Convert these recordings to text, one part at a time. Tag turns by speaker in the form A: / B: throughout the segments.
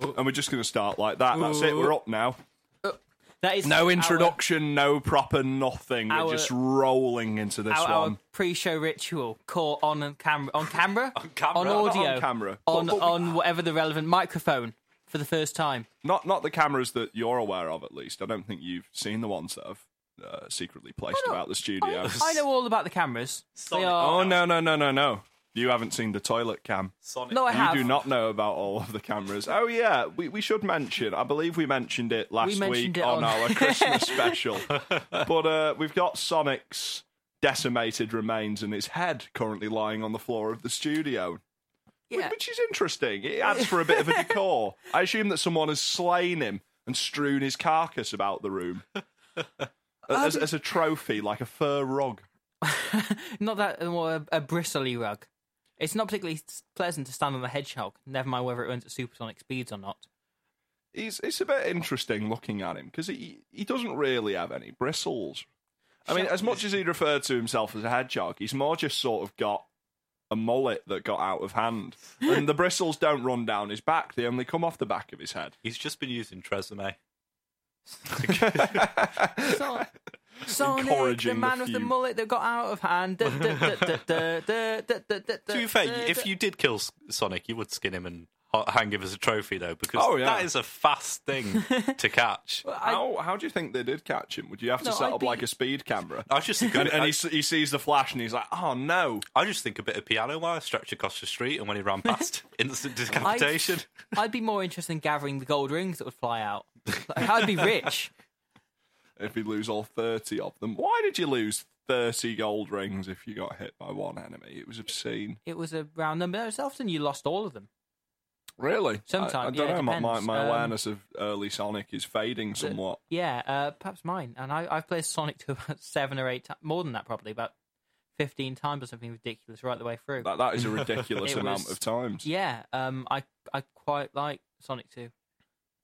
A: And we're just going to start like that. That's it. We're up now.
B: That is
A: No
B: our-
A: introduction, no proper nothing.
B: Our-
A: we're just rolling into this
B: Our,
A: one.
B: our pre-show ritual caught on and camera, on camera, on
A: camera,
B: on
A: not
B: audio,
A: on camera.
B: on,
A: But- but we-
B: on whatever the relevant microphone for the first time.
A: Not not the cameras that you're aware of, at least. I don't think you've seen the ones that have uh, secretly placed about the studio.
B: I know all about the cameras. They
C: Sonic.
B: are,
A: Oh no no no no no! You haven't seen the toilet cam.
C: Sonic.
B: no, I have.
A: You do not know about all of the cameras. Oh yeah, we, we should mention. I believe we mentioned it last
B: mentioned
A: week
B: it
A: on,
B: on-
A: our Christmas special. But uh, we've got Sonic's decimated remains and his head currently lying on the floor of the studio. whi-
B: Yeah.
A: Which is interesting. It adds for a bit of a decor. I assume that someone has slain him and strewn his carcass about the room as,
B: Um,
A: as a trophy, like a fur rug.
B: Not that uh, more a, a bristly rug. It's not particularly s- pleasant to stand on a hedgehog. Never mind whether it runs at supersonic speeds or not.
A: he's it's a bit interesting looking at him because he he doesn't really have any bristles. I mean, as much as he referred to himself as a hedgehog, he's more just sort of got a mullet that got out of hand, and the bristles don't run down his back; they only come off the back of his head.
C: He's just been using Tresemme.
B: So- Sonic, the
A: Encouraging
B: man
A: the
B: with the
A: few.
B: mullet that got out of hand. Da- da- da- da- da- da- da- da- da-
C: To be
B: da-
C: fair,
B: da-
C: if you did kill S- Sonic, you would skin him and ho- hang him as a trophy, though, because
A: Oh, yeah.
C: that is a fast thing to catch.
B: I-
A: How how do you think they did catch him? Would you have to
B: No,
A: set
B: I'd
A: up
B: be-
A: like a speed camera?
C: I just think a
A: And,
C: bit,
A: and he,
C: I,
A: s- he sees the flash and he's like, "Oh no!"
C: I just think a bit of piano wire stretched across the street, and when he ran past, instant decapitation.
B: I'd be more interested in gathering the gold rings that would fly out. Like, I'd be rich.
A: If he lose all thirty of them, why did you lose thirty gold rings if you got hit by one enemy? It was obscene.
B: It was a round number. It's often you lost all of them.
A: Really?
B: Sometime,
A: I, I don't
B: yeah, it
A: know. my- My,
B: depends.
A: my
B: Um,
A: awareness of early Sonic is fading somewhat.
B: Yeah, uh, perhaps mine. And I, I've played Sonic to about seven or eight times, more than that probably, about 15 times or something ridiculous right the way through.
A: That that is a ridiculous
B: It
A: amount
B: was-
A: of times.
B: Yeah, um, I I quite like Sonic 2.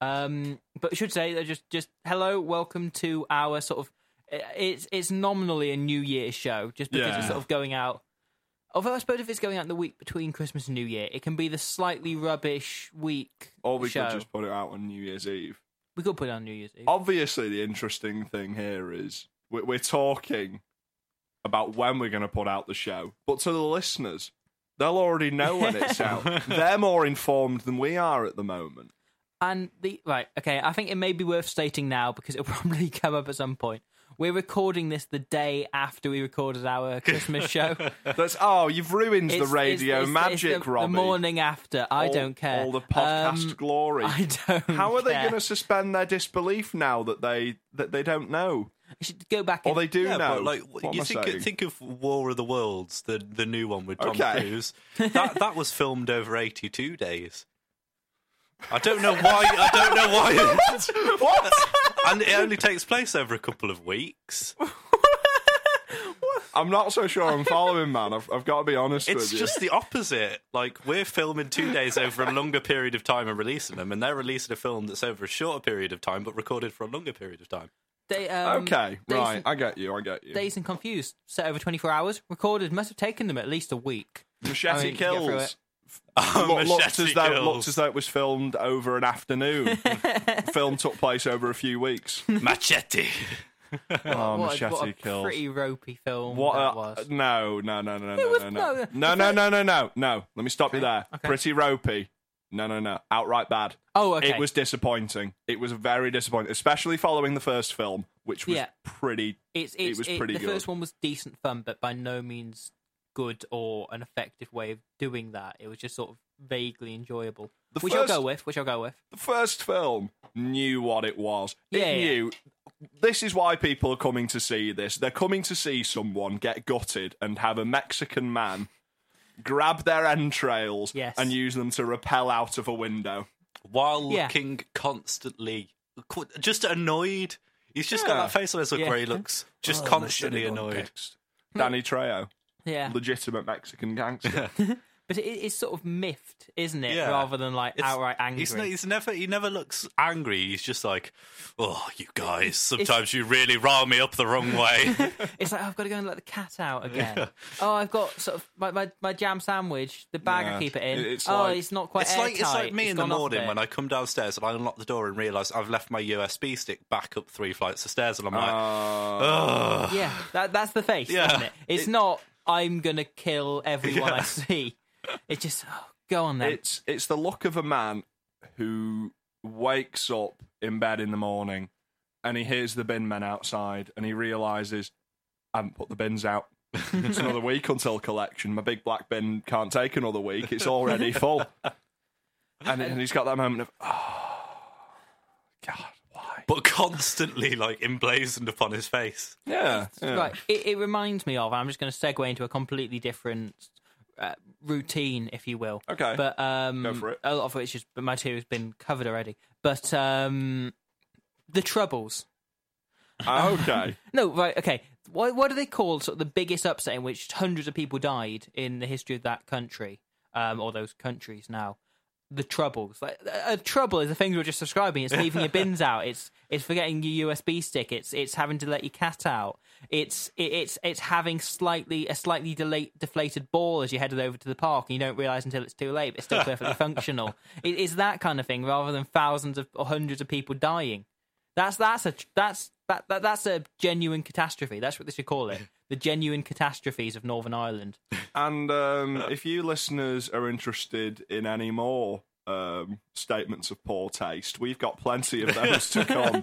B: Um, but I should say that just just hello, welcome to our sort of i- it's it's nominally a New Year show just because
A: Yeah.
B: it's sort of going out. Although I suppose if it's going out in the week between Christmas and New Year, it can be the slightly rubbish week
A: Or we
B: show.
A: could just Oh. put it out on New Year's Eve.
B: We could put it on New Year's Eve.
A: Obviously, the interesting thing here is we're, we're talking about when we're going to put out the show, but to the listeners, they'll already know when it's out. They're more informed than we are at the moment.
B: And the right, okay, I think it may be worth stating now because it'll probably come up at some point. We're recording this the day after we recorded our Christmas show.
A: That's oh, you've ruined the
B: It's-
A: radio
B: it's- it's- it's
A: magic,
B: the,
A: Robbie.
B: The morning after, I
A: All-
B: don't care.
A: All the podcast
B: Um,
A: glory.
B: I don't.
A: How are they
B: care.
A: going to suspend their disbelief now that they that they don't know
B: I should go back?
A: or
B: and-
A: they do know?
C: but like
A: What am
C: you
A: I saying?
C: think, think of War of the Worlds, the the new one with Tom
A: Okay.
C: Cruise. That that was filmed over eighty two days. I don't know why. I don't know why. what? And it only takes place over a couple of weeks.
A: I'm not so sure I'm following, man. I've, I've got to be honest
C: It's
A: with you.
C: just the opposite. Like we're filming two days over a longer period of time and releasing them, and they're releasing a film that's over a shorter period of time but recorded for a longer period of time.
B: They, um,
A: okay,
B: Days
A: right.
B: and-
A: I get you. I get you.
B: Days and confused. Set over twenty four hours. Recorded. Must have taken them at least a week.
A: Machete
B: I mean, to get through
A: kills.
B: it.
A: Lo- looked, as
C: Oh, Machete
A: though,
C: Kills.
A: looked as though it was filmed over an afternoon. Film took place over a few weeks.
C: Machete.
A: Oh,
B: what, a,
A: machete
B: what a
A: kills.
B: pretty ropey film
A: what
B: that
A: a, uh,
B: was.
A: no no no no no
B: was-
A: no no no
B: no,
A: no no no no no. Let me stop you there.
B: okay.
A: Pretty ropey. No no no. Outright bad.
B: Oh, okay.
A: It was disappointing. It was very disappointing, especially following the first film, which was
B: Yeah.
A: pretty.
B: It's,
A: it
B: it's,
A: was pretty
B: The
A: good.
B: first one was decent fun, but by no means good or an effective way of doing that. It was just sort of vaguely enjoyable.
A: The
B: which
A: first-
B: I'll go with. Which I'll go with.
A: The first film knew what it was. It
B: Yeah, yeah.
A: knew. This is why people are coming to see this. They're coming to see someone get gutted and have a Mexican man grab their entrails
B: Yes.
A: and use them to rappel out of a window.
C: while
B: Yeah.
C: looking constantly qu- just annoyed. He's just got
A: Yeah.
C: that face on his look
B: Yeah.
C: where he looks
A: Oh,
C: just
B: Oh,
C: constantly annoyed.
A: Danny Trejo,
B: Yeah.
A: legitimate Mexican gangster.
B: But it, it's sort of miffed, isn't it?
C: Yeah.
B: Rather than like
C: It's-
B: outright angry.
C: He's, n- he's never he never looks angry. He's just like, oh, you guys. Sometimes you really rile me up the wrong way.
B: It's like, oh, I've got to go and let the cat out again. Oh, I've got sort of my, my, my jam sandwich, the bag
A: Yeah.
B: I keep it in.
A: It- it's
B: oh,
A: like-
B: it's not quite
C: it's like it's like
B: airtight.
C: me in the
B: gone off a
C: morning
B: bit.
C: when I come downstairs and I unlock the door and realise I've left my USB stick back up three flights of stairs, and I'm like,
A: Uh,
C: ugh.
B: Yeah, that, that's the face,
C: Yeah.
B: isn't it? It's
A: It-
B: not, I'm going to kill everyone I
C: Yeah.
B: see. It's just, oh, go on then.
A: it's it's the look of a man who wakes up in bed in the morning and he hears the bin men outside and he realizes I haven't put the bins out. it's another week until collection. My big black bin can't take another week. It's already full. And, and he's got that moment of, oh, God, why?
C: But constantly like emblazoned upon his face.
A: Yeah. yeah.
B: Right. It, it reminds me of. I'm just going to segue into a completely different uh, routine, if you will.
A: Okay.
B: But um,
A: Go for it.
B: a lot of which is but my two has been covered already. But um, the troubles.
A: Okay.
B: No, right. Okay. What, what do they call sort of the biggest upset in which hundreds of people died in the history of that country um, or those countries now? The troubles. Like a a trouble is the things we were just describing. It's leaving your bins out. It's it's forgetting your USB stick. It's it's having to let your cat out. It's it, it's it's having slightly a slightly delay, deflated ball as you headed over to the park and you don't realize until it's too late. But it's still perfectly functional. It is that kind of thing rather than thousands of or hundreds of people dying. That's that's a that's that, that that's a genuine catastrophe. That's what they should call it. The genuine catastrophes of Northern Ireland.
A: And um, if you listeners are interested in any more um, statements of poor taste, we've got plenty of those to come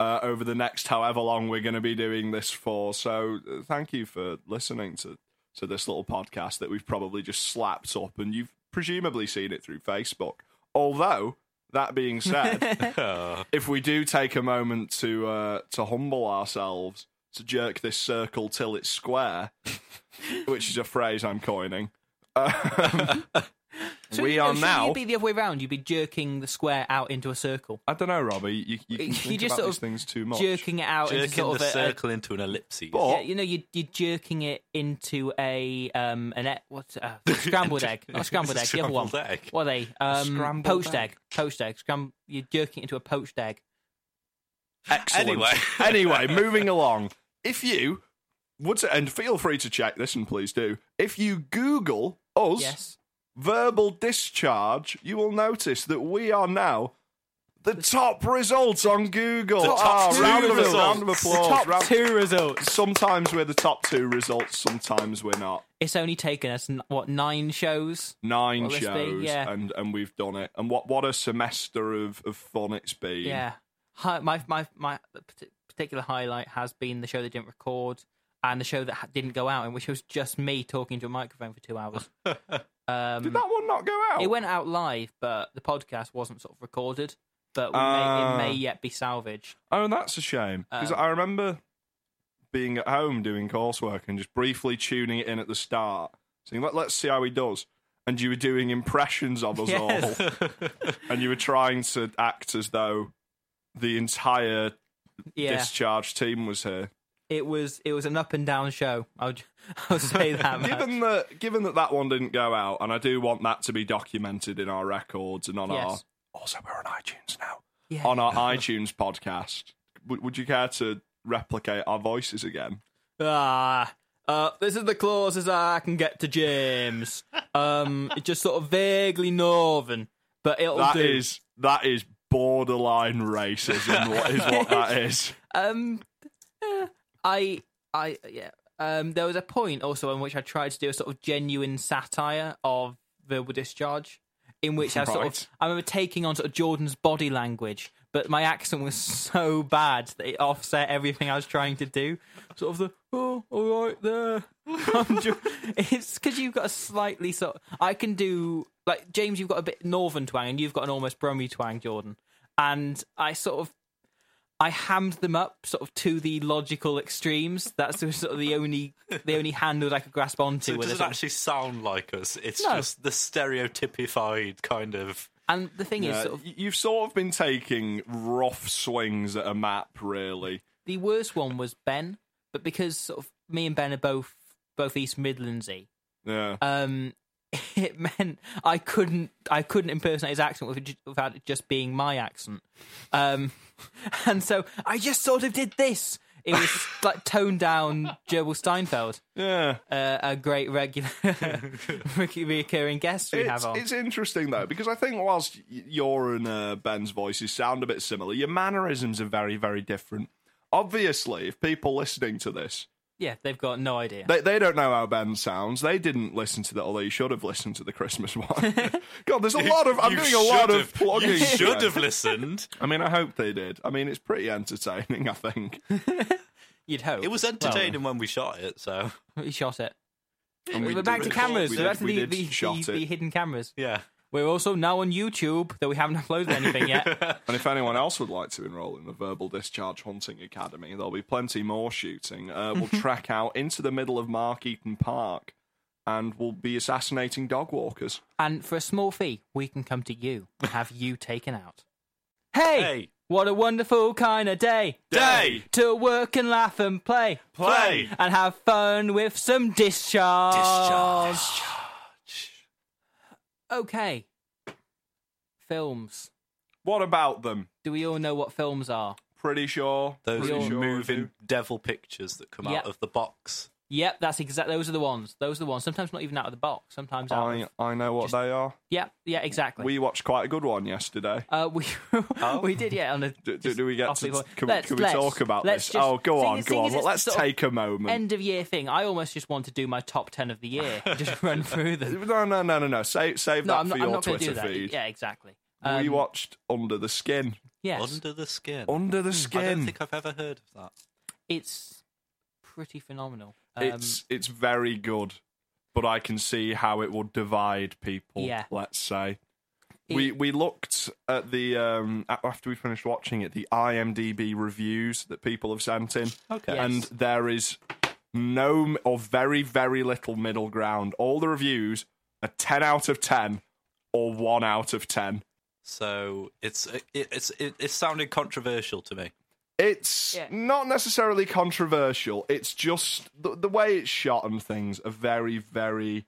A: uh, over the next however long we're going to be doing this for. So uh, thank you for listening to, to this little podcast that we've probably just slapped up, and you've presumably seen it through Facebook. Although, that being said,
C: Uh,
A: if we do take a moment to uh, to humble ourselves, to jerk this circle till it's square, which is a phrase I'm coining. Um, we are
B: Shouldn't
A: now.
B: You be the other way round. You'd be jerking the square out into a circle,
A: I don't know, Robbie. You, you, can
B: You
A: think
B: just
A: about
B: sort
A: these
B: of
A: things too much.
B: jerking it out into
C: jerking
B: sort
C: the
B: of a- a,
C: circle Oh. into an ellipsis.
A: But-
B: yeah, you know, you're, you're jerking it into a um an e- what uh, scrambled egg, not a scrambled egg, the other one.
C: Scrambled egg.
B: What are they? Um,
A: scrambled
B: poached
A: egg.
B: egg. poached egg, scram. You're jerking it into a poached egg.
A: Excellent.
C: Anyway.
A: anyway, moving along. If you would, and feel free to check this, and please do. If you Google us
B: Yes.
A: verbal discharge, you will notice that we are now the top results on Google.
C: The top
A: Ah,
C: two
A: round, of,
C: results.
A: round of applause.
B: Top
A: round-
B: two results.
A: Sometimes we're the top two results, sometimes we're not.
B: It's only taken us n- what nine shows.
A: Nine
B: Well, let's be-
A: shows,
B: yeah.
A: and, and we've done it. And what, what a semester of, of fun it's been.
B: Yeah. Hi, my my my parti- particular highlight has been the show that didn't record and the show that ha- didn't go out, in which it was just me talking to a microphone for two hours.
A: Did
B: Um,
A: that one not go out?
B: it went out live, but the podcast wasn't sort of recorded. But we
A: Ah.
B: may, it may yet be salvaged.
A: Oh, that's a shame. Because
B: Um,
A: I remember being at home doing coursework and just briefly tuning it in at the start, saying, Let, let's see how he does. And you were doing impressions of us
B: Yes.
A: all. And you were trying to act as though the entire
B: Yeah,
A: discharge team was here.
B: it was it was an up and down show. I'll j- I'll say that. much.
A: Given that, given that that one didn't go out, and I do want that to be documented in our records and on
B: Yes.
A: our. Also, we're on iTunes now.
B: Yeah.
A: On our iTunes podcast. Would, would you care to replicate our voices again?
B: Ah, uh, this is the closest I can get to James. um, it's just sort of vaguely northern, but it'll
A: That
B: do.
A: is that is borderline racism. what is what that is?
B: um eh, i i yeah um there was a point also in which i tried to do a sort of genuine satire of verbal discharge in which i sort
A: Right.
B: of i remember taking on sort of jordan's body language but my accent was so bad that it offset everything i was trying to do sort of the oh all right there I'm ju- it's because you've got a slightly sort i can do like james you've got a bit northern twang and you've got an almost brummy twang jordan and i sort of I hammed them up sort of to the logical extremes. That's the- sort of the only the only handle I could grasp onto.
C: It
B: with
C: doesn't
B: this.
C: actually sound like us. It's
B: No.
C: just the stereotypified kind of.
B: and the thing is,
A: Uh,
B: sort of,
A: y- you've sort of been taking rough swings at a map, really.
B: the worst one was Ben,
C: Uh,
B: but because sort of me and Ben are both both East Midlandsy,
A: Yeah.
B: um, it meant I couldn't I couldn't impersonate his accent with it ju- without it just being my accent. Um, and so I just sort of did this. It was like toned down Gerbil Steinfeld,
A: Yeah.
B: uh, a great regular recurring guest we
A: It's,
B: have on.
A: it's interesting though because I think whilst y- your and uh, Ben's voices sound a bit similar, your mannerisms are very, very different. Obviously, if people listening to this,
B: Yeah, they've got no idea.
A: they, they don't know how Ben sounds. They didn't listen to that, or they should have listened to the Christmas one. God, there's a lot of. I'm
C: You
A: doing a lot
C: should
A: of
C: have-
A: plugging.
C: You should
A: today.
C: have listened.
A: I mean, I hope they did. I mean, it's pretty entertaining. I think.
B: You'd hope
C: It was entertaining when we shot it, so
B: Well, we shot it.
A: And
B: We
A: we
B: are
A: did
B: back to
A: record-
B: cameras.
A: we
B: We're
A: did-
B: back to
A: we
B: the,
A: did
B: the,
A: shot
B: the,
A: it.
B: the hidden cameras.
C: yeah.
B: We're also now on YouTube, though we haven't uploaded anything yet.
A: And if anyone else would like to enrol in the Verbal Discharge Hunting Academy, there'll be plenty more shooting. Uh, we'll track out into the middle of Mark Eaton Park and we'll be assassinating dog walkers.
B: and for a small fee, we can come to you and have you taken out. Hey!
C: Hey.
B: What a wonderful kind of day
C: Day.
B: to work and laugh and play.
C: Play.
B: And have fun with some discharge. Okay. Films.
A: What about them?
B: Do we all know what films are?
A: Pretty sure.
C: Those
A: pretty
B: Real-
A: sure I
C: moving
A: do.
C: devil pictures that come
B: Yeah.
C: out of the box.
B: Yep, that's exact. Those are the ones. Those are the ones. Sometimes not even out of the box. Sometimes out.
A: I,
B: Of,
A: I know what
B: Just-
A: they are.
B: yeah, yeah, exactly.
A: We watched quite a good one yesterday.
B: Uh, we we did yeah. On a,
A: Do, do,
B: just
A: do we get
B: off
A: to,
B: the-
A: can, we
B: Let's-
A: can we
B: let's-
A: talk about
B: let's
A: this?
B: just-
A: oh, go
B: seeing
A: on,
B: as-
A: go
B: seeing
A: on.
B: as
A: Well,
B: it's
A: let's
B: sort of
A: take a moment.
B: end of year thing. I almost just want to do my top ten of the year, just run through them.
A: No, no, no, no, no. Save, save
B: No,
A: that
B: I'm
A: for
B: not.
A: your
B: I'm not going to
A: Twitter
B: do that.
A: feed.
B: Yeah, exactly.
A: we
B: Um,
A: watched Under the Skin. Hmm,
B: yes,
C: Under the skin.
A: Under the
C: I don't
A: Skin.
C: think I've ever heard of that.
B: it's pretty phenomenal. Um,
A: it's it's very good, but I can see how it would divide people.
B: Yeah.
A: let's say
B: Um,
A: we we looked at the um a- after we finished watching it, the IMDb reviews that people have sent in.
C: Okay.
B: Yes.
A: and there is no m- or very very little middle ground. All the reviews are ten out of ten or one out of ten.
C: So it's it, it's it, it's sounding controversial to me.
A: It's
B: Yeah.
A: not necessarily controversial. It's just the, the way it's shot and things are very, very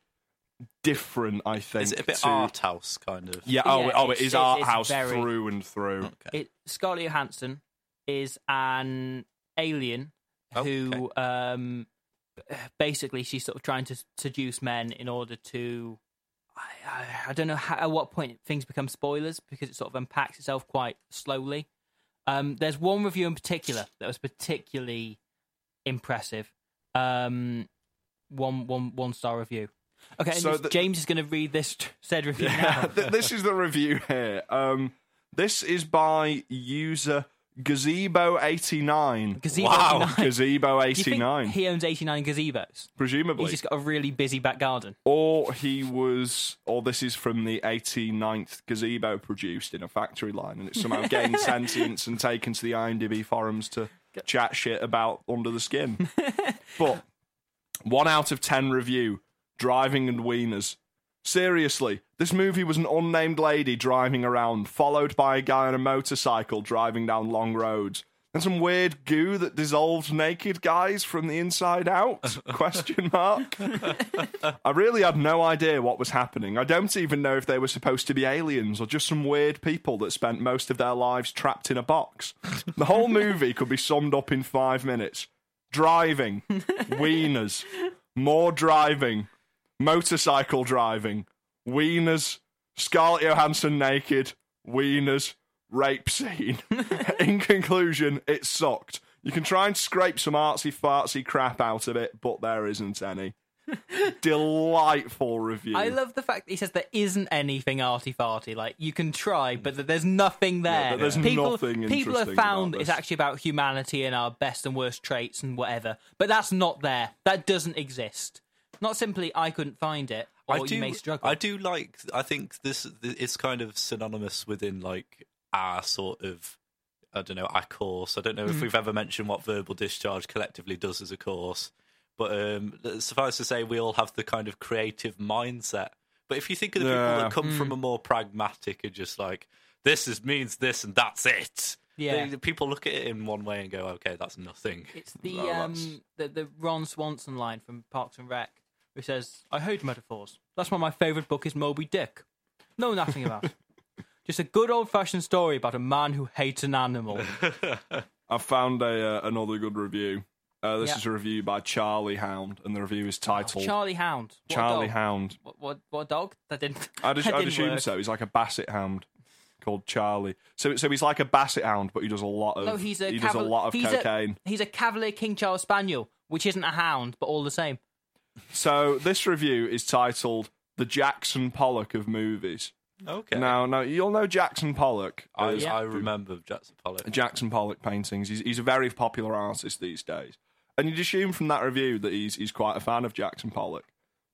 A: different. I think.
C: Is it a bit
A: to-
C: art house kind of?
A: Yeah. Oh,
B: Yeah,
A: oh, it
B: it's-
A: is
B: it's-
A: art
B: it's
A: house
B: very-
A: through and through.
C: Okay.
B: it, Scarlett Johansson is an alien who um, basically she's sort of trying to seduce men in order to. I, I, I don't know how, at what point things become spoilers because it sort of unpacks itself quite slowly. Um, there's one review in particular that was particularly impressive. Um, one one one star review. Okay, and
A: So
B: this-
A: the-
B: James is going to read this said review now.
A: Th- this is the review here. Um, this is by user gazebo eighty nine.
B: Gazebo
C: Wow.
B: 89.
A: Gazebo
B: Do you think
A: eighty nine,
B: He owns 89 gazebos.
A: presumably.
B: He's just got a really busy back garden.
A: or he was, or this is from the 89th gazebo produced in a factory line, and it's somehow gained sentience and taken to the IMDb forums to chat shit about under the skin. but one out of ten review: driving and wieners. Seriously, this movie was an unnamed lady driving around, followed by a guy on a motorcycle driving down long roads. And some weird goo that dissolved naked guys from the inside out? Question mark. I really had no idea what was happening. I don't even know if they were supposed to be aliens or just some weird people that spent most of their lives trapped in a box. The whole movie could be summed up in five minutes driving, wieners, more driving, motorcycle driving, wieners, Scarlett Johansson naked, wieners, rape scene. in conclusion, it sucked. You can try and scrape some artsy fartsy crap out of it, but there isn't any delightful review.
B: I love the fact that he says there isn't anything arty farty. Like you can try, but that there's nothing there.
A: that there's
B: people,
A: nothing
B: People have
A: interesting about
B: found
A: this.
B: it's actually about humanity and our best and worst traits and whatever. But that's not there. That doesn't exist. Not simply I couldn't find it, or
C: I
B: you
C: do.
B: may struggle.
C: I do like. I think this is kind of synonymous within like our sort of. I don't know our course. I don't know
B: Mm.
C: if we've ever mentioned what verbal discharge collectively does as a course, but um, suffice to say, we all have the kind of creative mindset. But if you think of the people
A: Yeah.
C: that come
B: Mm.
C: from a more pragmatic and just like this is means this and that's it.
B: Yeah.
C: They- people look at it in one way and go, okay, that's nothing.
B: It's the
A: Oh, that's-
B: um the, the Ron Swanson line from Parks and Rec. who says, I hate metaphors. That's why my favourite book is Moby Dick. Know nothing about. Just a good old fashioned story about a man who hates an animal.
A: I found a uh, another good review. Uh, this
B: Yeah.
A: is a review by Charlie Hound, and the review is titled
B: Charlie Hound. What a
A: Charlie
B: dog.
A: Hound.
B: What, what, what dog? That didn't.
A: I'd,
B: that
A: I'd
B: didn't
A: assume
B: work.
A: so. He's like a basset hound called Charlie. So so he's like a basset hound, but he does a lot of
B: No, Oh, he's a
A: he does a
B: caval-
A: lot of
B: he's a-
A: cocaine.
B: he's a Cavalier King Charles Spaniel, which isn't a hound, but all the same.
A: So this review is titled "The Jackson Pollock of Movies."
C: Okay.
A: Now now you'll know Jackson Pollock.
C: I,
A: as-
C: I remember Jackson Pollock.
A: Jackson Pollock paintings. He's, he's a very popular artist these days. And you'd assume from that review that he's, he's quite a fan of Jackson Pollock.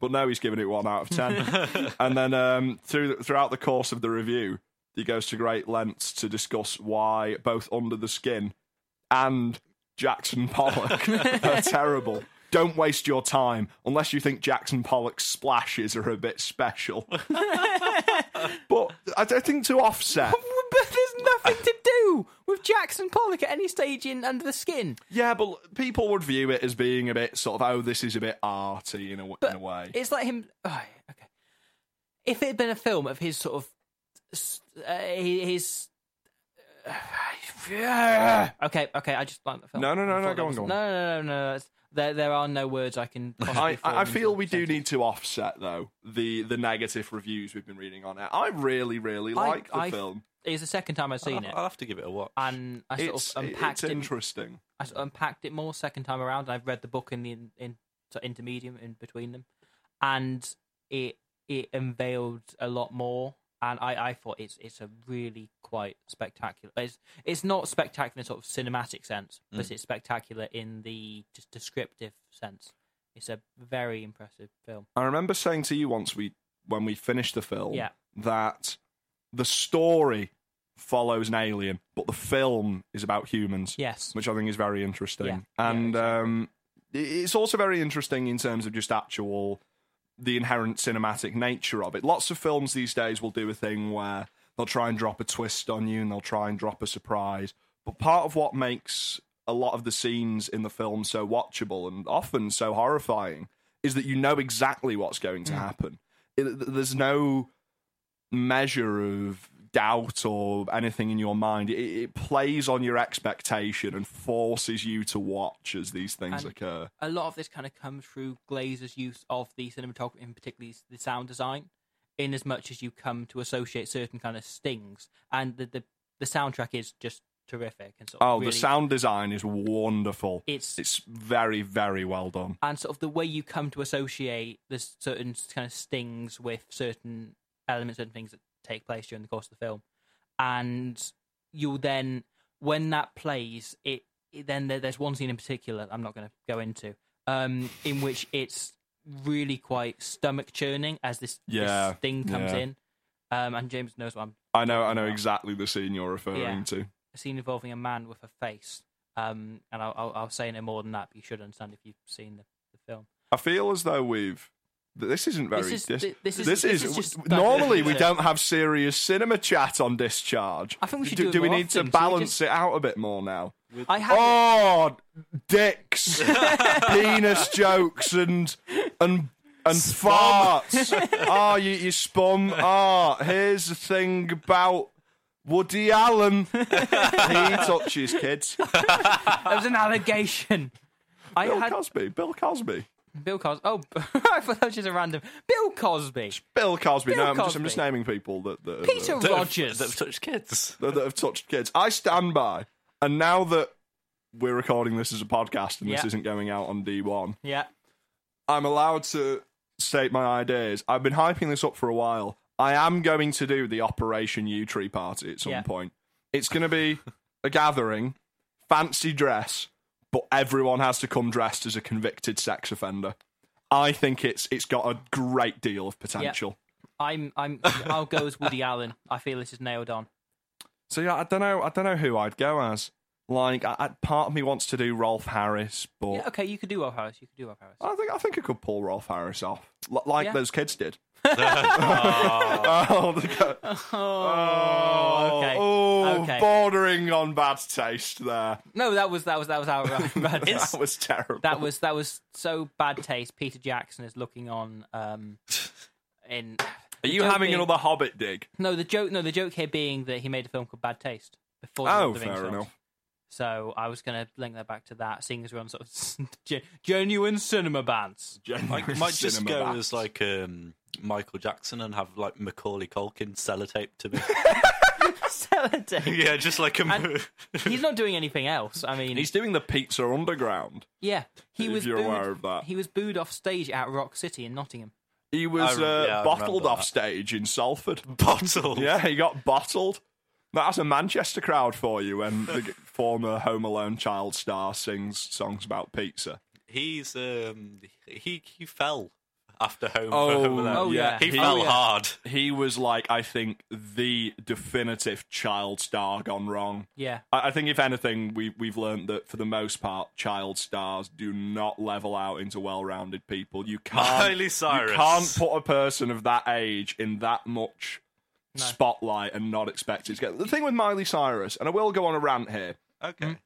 A: But no, he's giving it one out of 10. and then um, through, throughout the course of the review, he goes to great lengths to discuss why both Under the Skin and Jackson Pollock are terrible. Don't waste your time unless you think Jackson Pollock's splashes are a bit special. but I, I think to offset.
B: But there's nothing to do with Jackson Pollock at any stage in Under the Skin.
A: Yeah, but people would view it as being a bit sort of, oh, this is a bit arty in a, w- in a way.
B: It's like him. Oh, okay. If it had been a film of his sort of s- uh, his. okay, okay. I just like the film.
A: No, no, no,
B: I thought
A: no, go
B: that
A: on,
B: was-
A: go on.
B: No, no, no, no. no, it's- There, there are no words I can.
A: I,
B: possibly
A: I I
B: form
A: feel
B: into
A: we
B: a
A: do
B: sentence.
A: need to offset though the the negative reviews we've been reading on it. I really, really
B: I-
A: like the
B: I-
A: film.
B: It's the second time I've seen
C: I'll,
A: Uh,
B: it,
C: I'll have to give it a watch.
B: and I sort
A: It's,
B: of
A: it's
B: unpacked it.
A: interesting.
B: I sort of unpacked it more second time around. I've read the book in the in, in sort of intermedium in between them, and it it unveiled a lot more. And I, I thought it's it's a really quite spectacular. It's it's not spectacular in sort of cinematic sense,
A: Mm.
B: but it's spectacular in the just descriptive sense. It's a very impressive film.
A: I remember saying to you once we when we finished the film
B: Yeah.
A: that the story follows an alien, but the film is about humans.
B: Yes.
A: which I think is very interesting.
B: Yeah.
A: And
B: Yeah,
A: um, i- it's also very interesting in terms of just actual the inherent cinematic nature of it. Lots of films these days will do a thing where they'll try and drop a twist on you and they'll try and drop a surprise. But part of what makes a lot of the scenes in the film so watchable and often so horrifying is that you know exactly what's going
B: Mm.
A: to happen. It- th- there's no measure of doubt or anything in your mind. It, it plays on your expectation and forces you to watch as these things
B: And-
A: occur.
B: a lot of this kind of comes through Glazer's use of the cinematography, and particularly the sound design, in as much as you come to associate certain kind of stings, and the the, the soundtrack is just terrific. And sort of
A: Oh,
B: really-
A: the sound design is wonderful.
B: It's-
A: it's very very well done.
B: and sort of the way you come to associate the s- certain s- kind of stings with certain elements and things that take place during the course of the film, and you'll then when that plays it, it then there, there's one scene in particular I'm not going to go into um, in which it's really quite stomach churning as this, this
A: Yeah,
B: sting comes
A: yeah.
B: in, um, and James knows what I'm
A: I know I know exactly the scene you're referring
B: Yeah.
A: to.
B: a scene involving a man with a face. Um, and I'll, I'll, I'll say no more than that, but you should understand if you've seen the, the film.
A: I feel as though we've th- this isn't very.
B: This is-
A: dis-
B: thi- this is-
A: this
B: this
A: is-
B: is just-
A: normally we
B: Yeah.
A: don't have serious cinema chat on discharge.
B: I think we should do
A: Do,
B: it
A: we
B: more
A: need
B: often,
A: to
B: so we
A: balance
B: just-
A: it out a bit more now?
B: I have
A: Oh, dicks, penis jokes, and and and farts. Oh, you, you spum. Oh, here's the thing about Woody Allen. he touches kids.
B: That was an allegation. I
A: Bill
B: had
A: Cosby. Bill Cosby.
B: Bill Cosby. Oh, I thought that was just a random. Bill Cosby.
A: Bill Cosby.
B: Bill
A: no, I'm just I'm just
B: Cosby.
A: naming people that that,
B: Peter
C: That have-
B: Rogers.
C: that have touched kids.
A: that, that have touched kids. I stand by. And now that we're recording this as a podcast and this
B: Yeah.
A: isn't going out on D1,
B: Yeah.
A: I'm allowed to state my ideas. I've been hyping this up for a while. I am going to do the Operation U Tree party at some
B: Yeah.
A: point. It's going to be a gathering, fancy dress, but everyone has to come dressed as a convicted sex offender. I think it's it's got a great deal of potential.
B: I'm. I'm. I'll go as Woody Allen. I feel this is nailed on.
A: So yeah, I don't know. I don't know who I'd go as. Like, I, I, part of me wants to do Rolf Harris, but
B: Yeah, okay, you could do Rob Harris. You could do Rob Harris.
A: I think I think I could pull Rolf Harris off, L- like
B: Yeah.
A: those kids did.
C: Ah.
A: oh, the,
B: Oh, okay.
A: oh,
B: okay.
A: bordering on bad taste there.
B: No, that was that was that was outright bad taste.
A: that was terrible.
B: That was that was so bad taste. Peter Jackson is looking on. Um, in
A: Are you
B: joke
A: having
B: being-
A: another Hobbit dig?
B: no, the joke no the joke here being that he made a film called Bad Taste before. The Lord
A: Oh,
B: of the Rings
A: fair
B: films.
A: enough.
B: So I was going to link that back to that, seeing as we're on sort of gen- genuine cinema bands.
C: Might,
A: Genuine
C: might just
A: cinema
C: go
A: bat.
C: as like um, Michael Jackson and have like Macaulay Culkin sellotape to me.
B: Sellotape.
C: yeah, just like a
B: And-
C: mo-
B: He's not doing anything else. I mean,
A: He's doing the Pizza Underground.
B: yeah, he
A: if
B: was
A: you're
B: booed,
A: aware of that.
B: He was booed off stage at Rock City in Nottingham.
A: He was
C: rem-
A: uh,
C: yeah, I
A: bottled
C: remember
A: off
C: that.
A: stage in Salford.
C: bottle.
A: Yeah, he got bottled. That's a Manchester crowd for you when the g- former Home Alone child star sings songs about pizza.
C: He's um, he he fell after home.
A: Oh,
C: for home Alone.
B: oh, yeah.
C: he
A: He-
C: fell
B: oh, yeah.
C: hard.
A: He was like, I think, the definitive child star gone wrong.
B: Yeah,
A: I I think, if anything, we, we've learned that for the most part, child stars do not level out into well-rounded people. You can't,
C: Miley Cyrus.
A: you can't put a person of that age in that much
B: No.
A: spotlight and not expect it to get. The thing with Miley Cyrus, and I will go on a rant here.
C: Okay.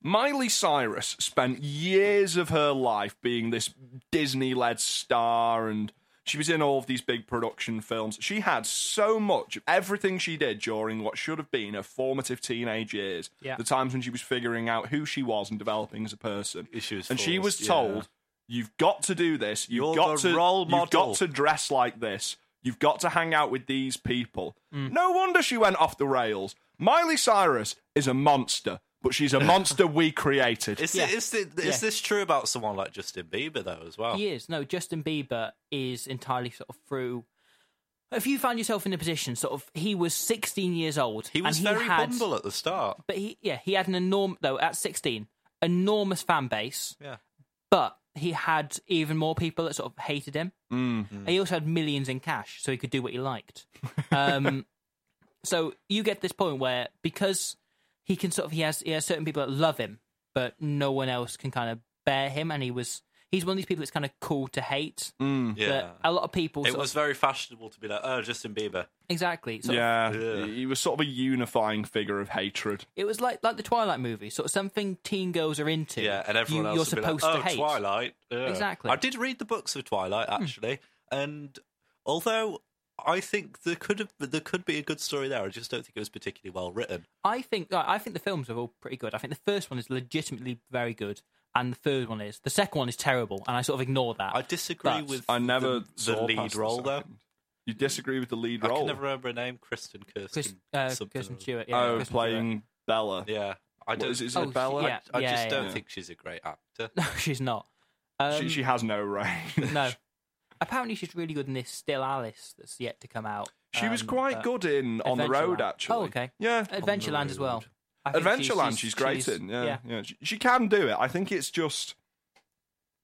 A: Miley Cyrus spent years of her life being this Disney led star, and she was in all of these big production films. She had so much of everything she did during what should have been her formative teenage years,
B: Yeah.
A: the times when she was figuring out who she was and developing as a person.
C: She was
A: and she was
C: forced, yeah.
A: told, You've got to do this, you've
C: You're
A: got
C: the
A: to
C: role
A: You've got
C: model."
A: to dress like this. You've got to hang out with these people.
C: Mm.
A: No wonder she went off the rails. Miley Cyrus is a monster, but she's a monster we created.
C: Is,
B: Yeah.
C: it, is, it, is
B: Yeah.
C: this true about someone like Justin Bieber though as well?
A: Oh.
B: he is. No, Justin Bieber is entirely sort of through. If you found yourself in a position, sort of, he was 16 years old.
C: He was
B: and
C: very
B: he had,
C: humble at the start.
B: But he, yeah, he had an enormous, though, at 16, enormous fan base.
C: Yeah.
B: But he had even more people that sort of hated him.
C: Mm.
B: And he also had millions in cash, so he could do what he liked. Um, so you get this point where because he can sort of he has he has certain people that love him, but no one else can kind of bear him, and he was he's one of these people that's kind of cool to hate.
C: Yeah.
B: That a lot of people
C: It
B: sort
C: was
B: of,
C: very fashionable to be like, oh, Justin Bieber.
B: exactly. sort of-
A: yeah,
C: Yeah.
A: he was sort of a unifying figure of hatred.
B: it was like like the Twilight movie, sort of something teen girls are into.
C: Yeah, and everyone
B: you,
C: else
B: you're
C: would be like,
B: supposed to
C: oh,
B: hate.
C: Twilight. Yeah.
B: Exactly.
C: I did read the books of Twilight actually, and although I think there could have there could be a good story there, I just don't think it was particularly well written.
B: I think I I think the films are all pretty good. I think the first one is legitimately very good, and the third one is the second one is terrible, and I sort of ignore that.
C: I disagree
B: But-
C: with
A: I never
C: the, the
A: saw past
C: lead role though.
A: second. You disagree with the lead
C: I
A: role?
C: can never remember her name, Kristen Kirsten.
B: Chris, uh,
C: something
B: Kirsten
C: or-
B: Stewart, yeah,
A: oh,
B: Kristen
A: playing Bella.
C: Yeah, I
A: What
C: don't.
A: is it, is
B: Oh,
A: it Bella?
B: yeah.
C: I just don't
A: yeah.
C: think she's a great actor.
B: Stewart. No, she's not. Um,
A: she, she has no range.
B: no. Apparently, she's really good in this Still Alice that's yet to come out.
A: She was
B: Um,
A: quite
C: uh,
B: but
A: good in On the Road,
B: Adventureland.
A: actually.
B: Oh, okay.
A: Yeah.
B: Adventureland as well. I think
A: Adventureland, she's, great in. Yeah, yeah. She, she can do it. I think it's just.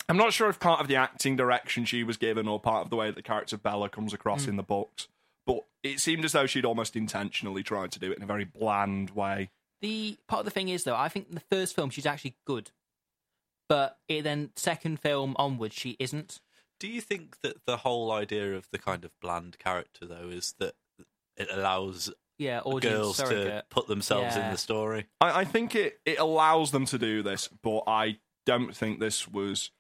A: I'm not sure if part of the acting direction she was given or part of the way the character Bella comes
B: Hmm.
A: across in the books, but it seemed as though she'd almost intentionally tried to do it in a very bland way.
B: The part of the thing is though, I think in the first film she's actually good, but it then second film onwards she isn't.
C: Do you think that the whole idea of the kind of bland character though is that it allows
B: Yeah, audience
C: girls to
B: surrogate.
C: put themselves
B: Yeah.
C: in the story?
A: I, I think it, it allows them to do this, but I don't think this was.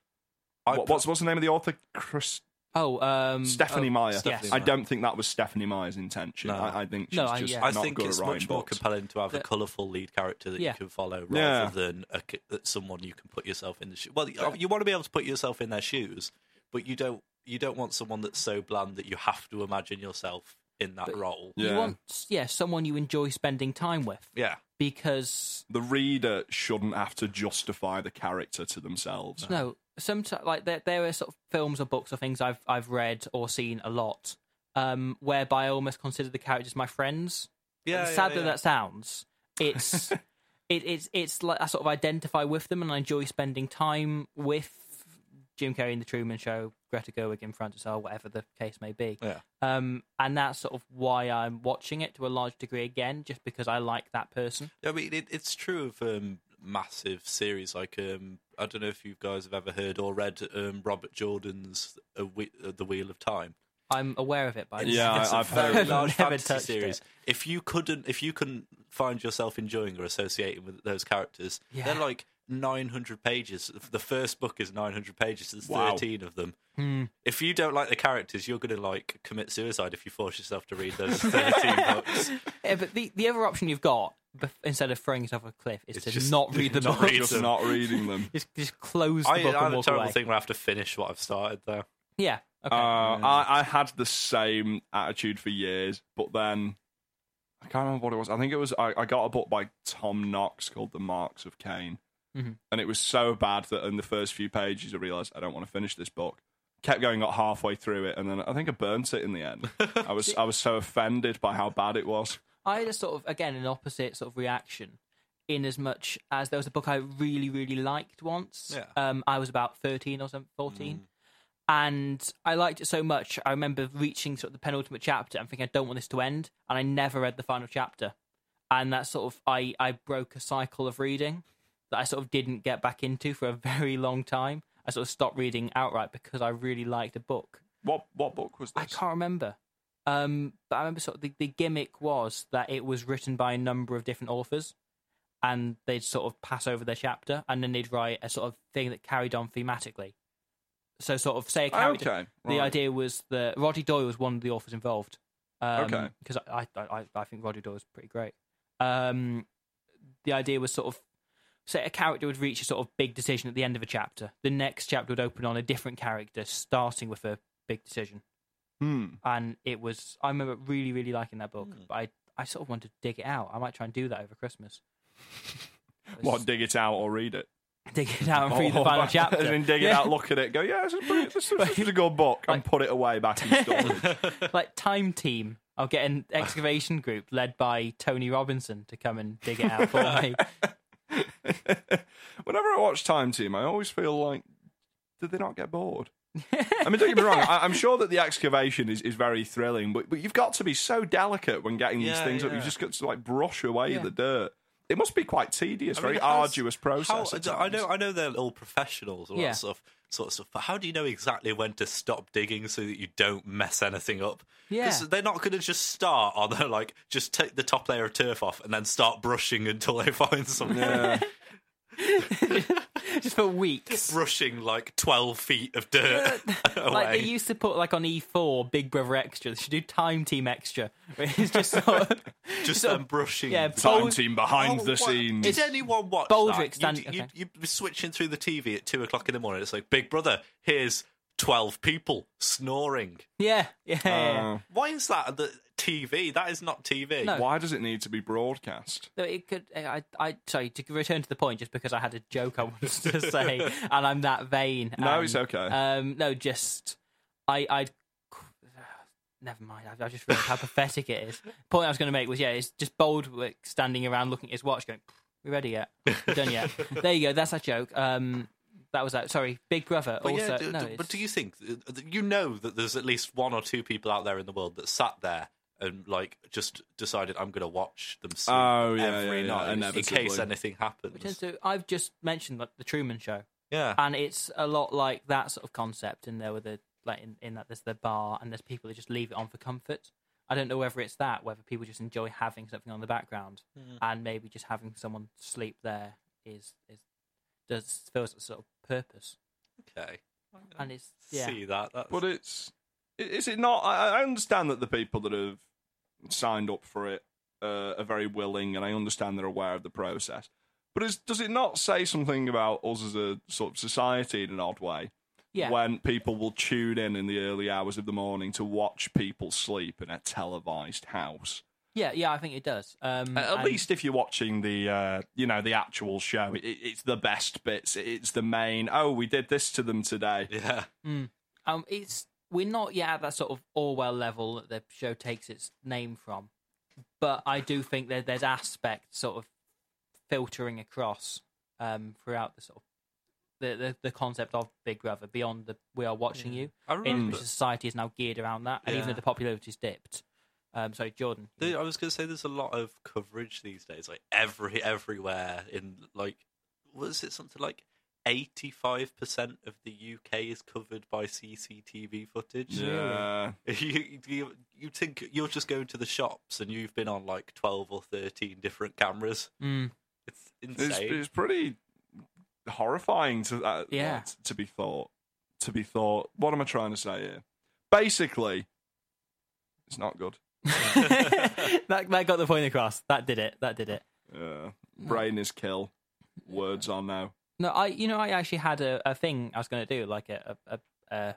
C: I
A: what-
C: pr-
A: what's what's the name of the author? Chris,
B: Oh, um,
A: Stephanie
B: oh,
A: Meyer.
B: Yes.
A: I don't think that was Stephanie Meyer's intention.
C: No.
A: I, I think she's
B: No, I-
A: just
B: yeah.
A: not
C: I think
A: good
C: it's
A: at writing
C: much more
A: books.
C: compelling to have a
B: The-
C: colourful lead character that
B: Yeah.
C: you can follow rather
A: Yeah.
C: than a, c- that someone you can put yourself in the shoes. Well, you want to be able to put yourself in their shoes, but you don't. You don't want someone that's so bland that you have to imagine yourself in that role.
A: Yeah.
B: You want yeah someone you enjoy spending time with
C: Yeah.
B: because
A: the reader shouldn't have to justify the character to themselves.
B: No, sometimes like there there are sort of films or books or things I've I've read or seen a lot, um, whereby I almost consider the characters my friends.
C: Yeah,
B: Sad that
C: yeah, yeah.
B: that sounds, it's it, it's it's like I sort of identify with them and I enjoy spending time with Jim Carrey in the Truman Show, Greta Gerwig in Francis R, whatever the case may be.
C: Yeah.
B: Um, and that's sort of why I'm watching it to a large degree again, just because I like that person.
C: I mean, it, it's true of um, massive series. Like, um, I don't know if you guys have ever heard or read um, Robert Jordan's uh, Whe- uh, The Wheel of Time.
B: I'm aware of it, but I just-
A: Yeah, I-
C: it's a
A: I've heard
C: very
A: of it.
C: large
B: Never
C: fantasy
B: touched it.
C: series. If you couldn't, if you couldn't find yourself enjoying or associating with those characters, they're
B: Yeah.
C: like 900 pages. The first book is 900 pages. There's
A: Wow.
C: 13 of them.
B: Hmm.
C: If you don't like the characters, you're going to like commit suicide if you force yourself to read those 13 books.
B: Yeah, but the, the other option you've got bef- instead of throwing yourself a cliff is
C: It's
B: to
C: just-
B: not read them
C: not
B: all.
C: read
A: Just
C: them.
A: not reading them.
B: Just, just close the
C: I, I
B: book
C: had
B: and
C: a
B: walk
C: terrible
B: away.
C: thing where I have to finish what I've started there.
B: Yeah. Okay.
A: Uh, I, I had the same attitude for years, but then I can't remember what it was. I think it was I, I got a book by Tom Knox called The Marks of Cain,
B: Mhm.
A: and it was so bad that in the first few pages I realized I don't want to finish this book. Kept going, got halfway through it, and then I think I burnt it in the end. I was I was so offended by how bad it was.
B: I had a sort of again an opposite sort of reaction, in as much as there was a book I really really liked once.
C: Yeah.
B: Um, I was about thirteen or something, fourteen, and I liked it so much. I remember reaching sort of the penultimate chapter and thinking I don't want this to end, and I never read the final chapter, and that sort of I I broke a cycle of reading that I sort of didn't get back into for a very long time. I sort of stopped reading outright because I really liked a book.
A: What what book was
B: I
A: this?
B: can't remember. Um, but I remember sort of the, the gimmick was that it was written by a number of different authors and they'd sort of pass over their chapter and then they'd write a sort of thing that carried on thematically. So sort of say a character.
A: okay,
B: The
A: right.
B: idea was that Roddy Doyle was one of the authors involved. Um,
A: Okay.
B: Because I, I, I, I think Roddy Doyle is pretty great. Um, the idea was sort of say a character would reach a sort of big decision at the end of a chapter. The next chapter would open on a different character starting with a big decision
A: Hmm.
B: and it was I remember really really liking that book, but I I sort of wanted to dig it out. I might try and do that over Christmas.
A: What dig it out or read it?
B: dig it out and read the
A: Or-
B: final
A: And
B: chapter.
A: then dig it
B: Yeah.
A: out, look at it, go, yeah, this is, pretty, this is, this is a good book, and put it away back in storage.
B: like time team. I'll get an excavation group led by Tony Robinson to come and dig it out for me.
A: Whenever I watch Time Team, I always feel like, did they not get bored? I mean, don't get me wrong. I, I'm sure that the excavation is, is very thrilling, but, but you've got to be so delicate when getting these
C: Yeah,
A: things up.
C: yeah.
A: You've just got to like brush away
B: Yeah.
A: the dirt. It must be quite tedious,
C: I mean,
A: very
C: how's-
A: arduous process.
C: How,
A: at
C: I know,
A: times.
C: I know they're all professionals, all
B: Yeah.
C: that sort of, sort of stuff. But how do you know exactly when to stop digging so that you don't mess anything up? 'Cause
B: Yeah.
C: they're not going to just start. Are they like just take the top layer of turf off and then start brushing until they find something?
A: Yeah.
B: Just for weeks.
C: brushing like twelve feet of dirt away.
B: Like they used to put like on E4 Big Brother Extra. They should do Time Team Extra. where It's just sort of
C: just
B: sort
C: them brushing.
B: yeah,
C: the-
A: Time
B: Bold-
A: Team behind
C: Oh,
A: the
C: what-
A: scenes.
C: Did anyone watch
B: Baldrick
C: that?
B: stand-
C: You'd, you'd,
B: okay.
C: you'd be switching through the TV at two o'clock in the morning. It's like Big Brother. Here's twelve people snoring.
B: yeah, yeah. yeah.
A: Uh,
C: Why is that the TV? That is not TV.
B: No.
A: why does it need to be broadcast?
B: No, it could. I, I, sorry to return to the point, just because I had a joke I wanted to say, and I'm that vain.
A: No,
B: and,
A: it's okay.
B: Um, no, just I, I, never mind. I, I just realized how pathetic it is. Point I was going to make was yeah, it's just Boldwick standing around looking at his watch, going, "We ready yet? We done yet?" there you go. That's that joke. Um, that was that. Sorry, Big Brother.
C: But,
B: also,
C: yeah, do,
B: uh, no,
C: do-
B: it's-
C: but do you think that you know that there's at least one or two people out there in the world that sat there and like just decided I'm going to watch them sleep
A: Oh, yeah,
C: every
A: yeah, yeah,
C: night in case
A: inevitably.
C: anything
B: Which is
C: happens.
B: to- I've just mentioned like, the Truman Show.
C: Yeah,
B: and it's a lot like that sort of concept in there with the like in, in that there's the bar and there's people that just leave it on for comfort i don't know whether it's that whether people just enjoy having something on the background and maybe just having someone sleep there is is does feels a sort of purpose
C: okay.
B: and it's yeah
C: See that? That's,
A: But it's i- is it not? I I understand that the people that have signed up for it uh, are very willing, and I understand they're aware of the process. But is, does it not say something about us as a sort of society in an odd way?
B: yeah
A: When people will tune in in the early hours of the morning to watch people sleep in a televised house.
B: yeah yeah i think it does um
A: At
B: and-
A: least if you're watching the, uh, you know, the actual show, it, it's the best bits. It's the main. Oh, we did this to them today.
C: yeah,
B: Um, it's we're not yet at that sort of Orwell level that the show takes its name from, but I do think that there's aspects sort of filtering across um, throughout the sort of the, the the concept of Big Brother beyond the we are watching you,
C: I
B: in
C: remember.
B: which society is now geared around that, and even
C: Mm. Yeah.
B: though the popularity's dipped. Um, sorry, Jordan.
C: There- I was going to say there's a lot of coverage these days, like every everywhere in like was it something like 85 percent of the UK is covered by CCTV footage.
A: Yeah.
C: You, you you think you're just going to the shops and you've been on like 12 or 13 different cameras.
B: Mm.
C: It's
A: It's,
C: insane.
A: it's pretty horrifying to that.
B: Yeah.
A: t- to be thought. To be thought. What am I trying to say here? Basically, it's not good.
B: that that got the point across. That did it. That did it.
A: Uh, brain is kill. Words are now.
B: No, I you know I actually had a, a thing I was going to do like a a a, a, a-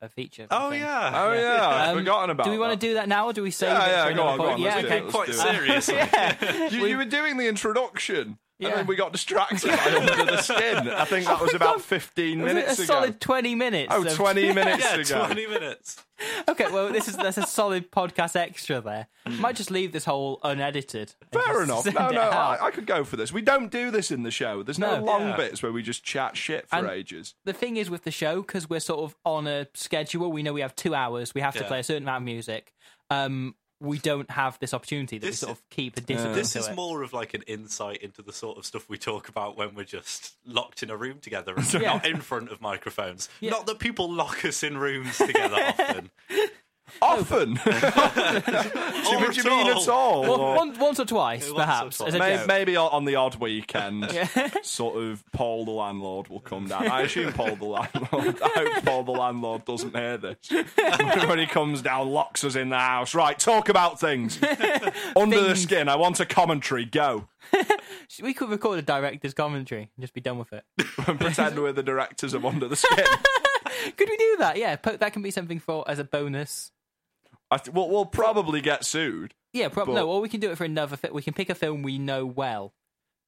B: a feature.
C: Oh
B: thing.
C: yeah.
A: Oh yeah, I've
B: Um,
A: forgotten about.
B: do we want
A: that.
B: to do that now, or do we save
A: Yeah,
B: it?
A: yeah,
B: for
A: go
B: another
A: on, go
B: point?
A: on,
B: yeah,
A: let's do
B: okay.
A: it, let's
C: Quite
A: do it.
C: seriously.
A: You, you were doing the introduction, and
B: Yeah.
A: then we got distracted by Under the Skin. I think that was about 15
B: Was it
A: minutes
B: a
A: ago.
B: solid twenty minutes.
A: oh,
B: of-
A: 20 minutes
C: yeah,
A: ago.
C: 20 minutes.
B: okay, well, this is that's a solid podcast extra. There, might just leave this whole unedited. and
A: Hmm. Fair
B: just
A: enough.
B: send
A: No,
B: it
A: no,
B: out.
A: I, I could go for this. We don't do this in the show. There's no,
B: No.
A: long
C: Yeah.
A: bits where we just chat shit for
B: And-
A: ages.
B: the thing is with the show because we're sort of on a schedule we know we have two hours we have to
C: Yeah.
B: play a certain amount of music um we don't have this opportunity that
C: This
B: we sort
C: is-
B: of keep a distance
C: This
B: to
C: is
B: it.
C: more of like an insight into the sort of stuff we talk about when we're just locked in a room together and not in front of microphones. Not that people lock us in rooms together
A: Often.
C: often. Or
A: What do you mean at all?
B: Well,
A: Or
B: once, once or twice
C: or
B: perhaps as a
C: twice.
A: may-
B: joke.
A: maybe on on the odd weekend, sort of Paul the landlord will come down. I assume Paul the landlord. I hope Paul the landlord doesn't hear this. when he comes down, locks us in the house. Right, talk about things. Under the skin, I want a commentary. Go.
B: we could record a director's commentary and just be done with it
A: And pretend we're the directors of Under the Skin.
B: could we do that yeah po- that can be something for as a bonus
A: I th- we'll, we'll probably get sued.
B: yeah probably
A: But-
B: no or we can do it for another fi- we can pick a film we know well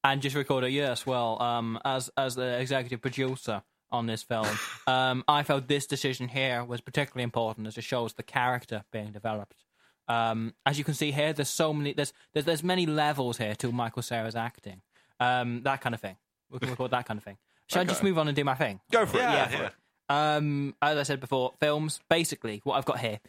B: and just record a yes well um as as the executive producer on this film um i felt this decision here was particularly important as it shows the character being developed um as you can see here there's so many there's there's, there's many levels here to michael sarah's acting um that kind of thing we can record that kind of thing should i just
A: Okay.
B: move on and do my thing
A: Go for
C: Yeah,
A: it. Go for
C: yeah.
A: it.
B: um, as I said before, films. Basically, what I've got here,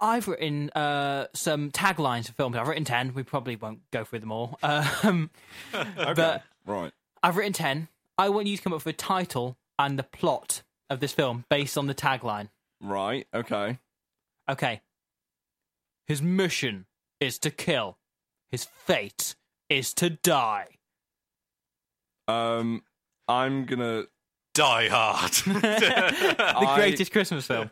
B: I've written uh, some taglines for films. I've written ten. We probably won't go through them all. Um, But
A: Right.
B: I've written ten. I want you to come up with a title and the plot of this film based on the tagline.
A: Right. Okay.
B: Okay. His mission is to kill. His fate is to die.
A: Um, I'm gonna.
C: Die Hard.
B: The
A: I-
B: greatest Christmas film,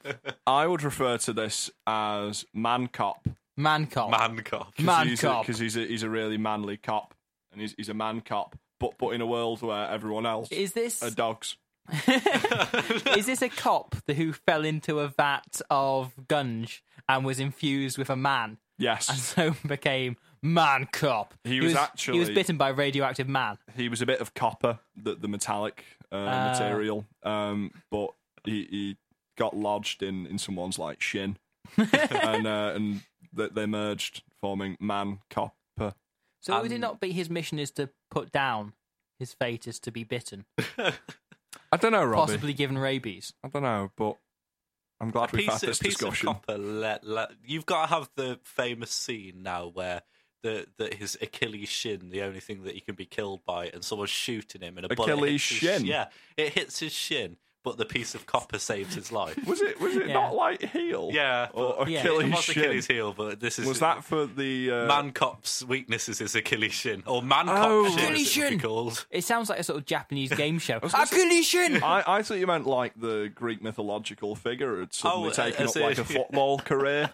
A: I would refer to this as man cop.
B: Man Cop.
C: Man cop.
B: Man cop.
A: because he's a, he's a really manly cop, and he's he's a man cop. But but in a world where everyone else
B: Is this
A: are dogs.
B: Is this a cop th- who fell into a vat of gunge and was infused with a man and
A: Yes,
B: so became man cop?
A: He was
B: he was
A: actually-
B: bitten by radioactive man.
A: he was a bit of copper, the the metallic uh,
C: Ah.
A: material. Um, but he, he got lodged in in someone's like shin, and uh, and they, they merged, forming man copper.
B: So would it not be his mission is to put down? His fate is to be bitten,
A: I don't know, Robbie.
B: possibly given rabies.
A: I don't know, but I'm glad we've had
C: piece,
A: this
C: a piece
A: discussion.
C: of copper. Let, let, you've got to have the famous scene now where the, the his Achilles shin, the only thing that he can be killed by, and someone's shooting him, and a bullet
A: Achilles
C: hits his sh-
A: shin?
C: yeah, it hits his shin, but the piece of copper saves his life.
A: Was it was it
B: Yeah.
A: not like heel?
C: yeah,
A: or
C: but-
B: Yeah.
A: Achilles
C: it was
A: shin?
C: Achilles heel, but this is
A: Was that for the uh,
C: man cop's weakness is his Achilles shin or man cop
A: Oh,
C: shin? as it would be
B: Achilles shin.
C: called.
B: It sounds like a sort of Japanese game show.
A: gonna say-
B: Achilles Shin!
A: I, I thought you meant like the Greek mythological figure had suddenly
C: Oh,
A: taken up
C: as
A: like
C: in-
A: a football career,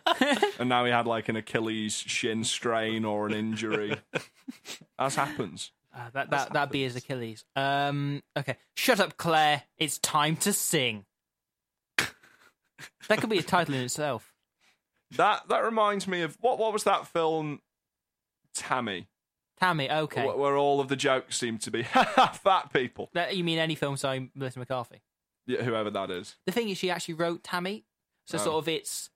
A: and now he had like an Achilles shin strain or an injury. As happens.
B: Uh, that that that'd be his Achilles. Um, okay, shut up, Claire. It's time to sing. that could be a title in itself.
A: That that reminds me of what what was that film, Tammy,
B: Tammy, okay.
A: wh- where all of the jokes seem to be fat people,
B: That, you mean any film starring Melissa McCarthy?
A: Yeah, whoever that is.
B: The thing is, she actually wrote Tammy, so
A: Oh.
B: sort of it's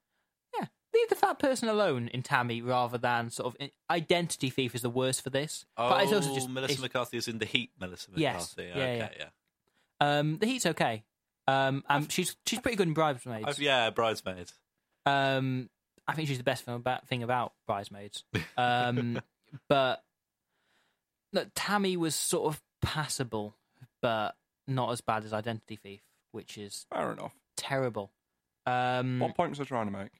B: yeah, leave the fat person alone in Tammy rather than sort of identity thief is the worst for this. but it's also just
C: Oh, Melissa
B: it's-
C: McCarthy is in the heat. Melissa
B: Yes. Yeah,
C: McCarthy,
B: yeah.
C: okay, yeah.
B: um, the heat's okay. Um, um, she's she's pretty good in
C: I've-
B: Bridesmaids.
C: Oh, yeah, bridesmaids.
B: Um, I think she's the best film about, thing about Bridesmaids. Um, but look, Tammy was sort of passable, but not as bad as Identity Thief, which is
A: Fair enough.
B: terrible. Um,
A: What point was I trying to make?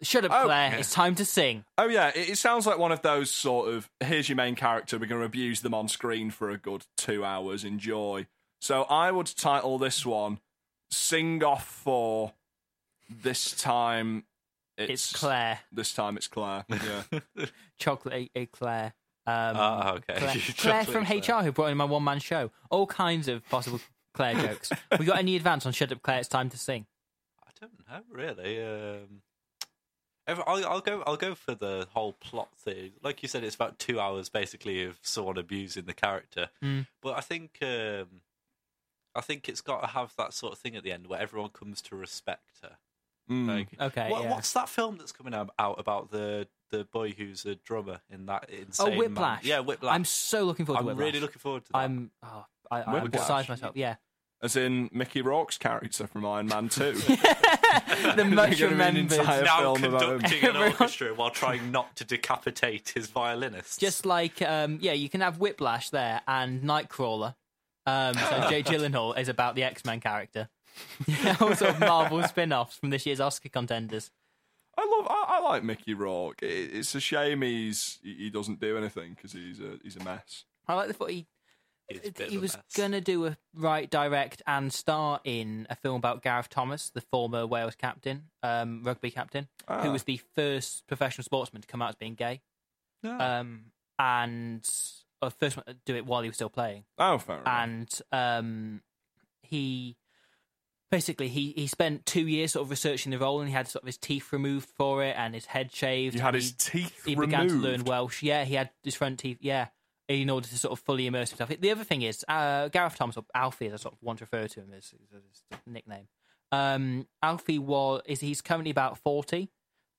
B: shut up,
A: Oh.
B: Claire. It's time to sing.
A: Oh yeah, it, it sounds like one of those sort of here's your main character, we're going to abuse them on screen for a good two hours, enjoy. So I would title this one "Sing Off for This Time."
B: It's Claire,
A: This time it's Claire. Yeah,
B: chocolate e- eclair. Um,
C: Ah, okay.
B: Claire,
C: Chocolate
B: Claire from
C: eclair.
B: HR, who brought in my one man show. All kinds of possible Claire jokes. we got any advance on Shut Up, Claire? It's time to sing.
C: I don't know really. Um, if- I'll, I'll go. I'll go for the whole plot thing. Like you said, it's about two hours basically of someone abusing the character.
B: Mm.
C: But I think um, I think it's got to have that sort of thing at the end where everyone comes to respect her.
A: Mm.
C: Like,
B: Hmm. Okay.
C: what,
B: yeah.
C: what's that film that's coming out out about the the boy who's a drummer in that insane? man?
B: Oh, Whiplash.
C: Yeah, Whiplash.
B: I'm so looking forward
C: I'm
B: to Whiplash.
C: really looking forward to that.
B: I'm. Oh, I, I'm
A: Whiplash.
B: beside myself. Yeah.
A: as in Mickey Rourke's character from Iron Man Two.
B: the
A: Gonna
B: much
A: be an
B: remembered.
A: entire- a
C: now
A: film about
C: conducting an
B: Everyone-
C: orchestra while trying not to decapitate his violinist.
B: Just like, um, yeah, you can have Whiplash there and Nightcrawler. Um, so Jay Gyllenhaal is about the X Men character. Yeah, all sort of Marvel spin offs from this year's Oscar contenders.
A: I love. I, I like Mickey Rourke. It, it's a shame he's he he doesn't do anything because he's a he's a mess.
B: I like the thought he,
C: He's a bit
B: he
C: of a
B: was
C: mess.
B: going to do a write, direct, and star in a film about Gareth Thomas, the former Wales captain, um, rugby captain,
A: Ah.
B: who was the first professional sportsman to come out as being gay. Um, and or the first one to do it while he was still playing.
A: Oh, fair enough.
B: and um, he basically he, he spent two years sort of researching the role, and he had sort of his teeth removed for it, and his head shaved.
A: you had
B: and
A: his
B: he,
A: teeth
B: he
A: removed.
B: began to learn Welsh. Yeah, he had his front teeth. Yeah, in order to sort of fully immerse himself. The other thing is uh, Gareth Thomas or Alfie, as I sort of want to refer to him as, as his nickname. Um, Alfie was is he's currently about forty.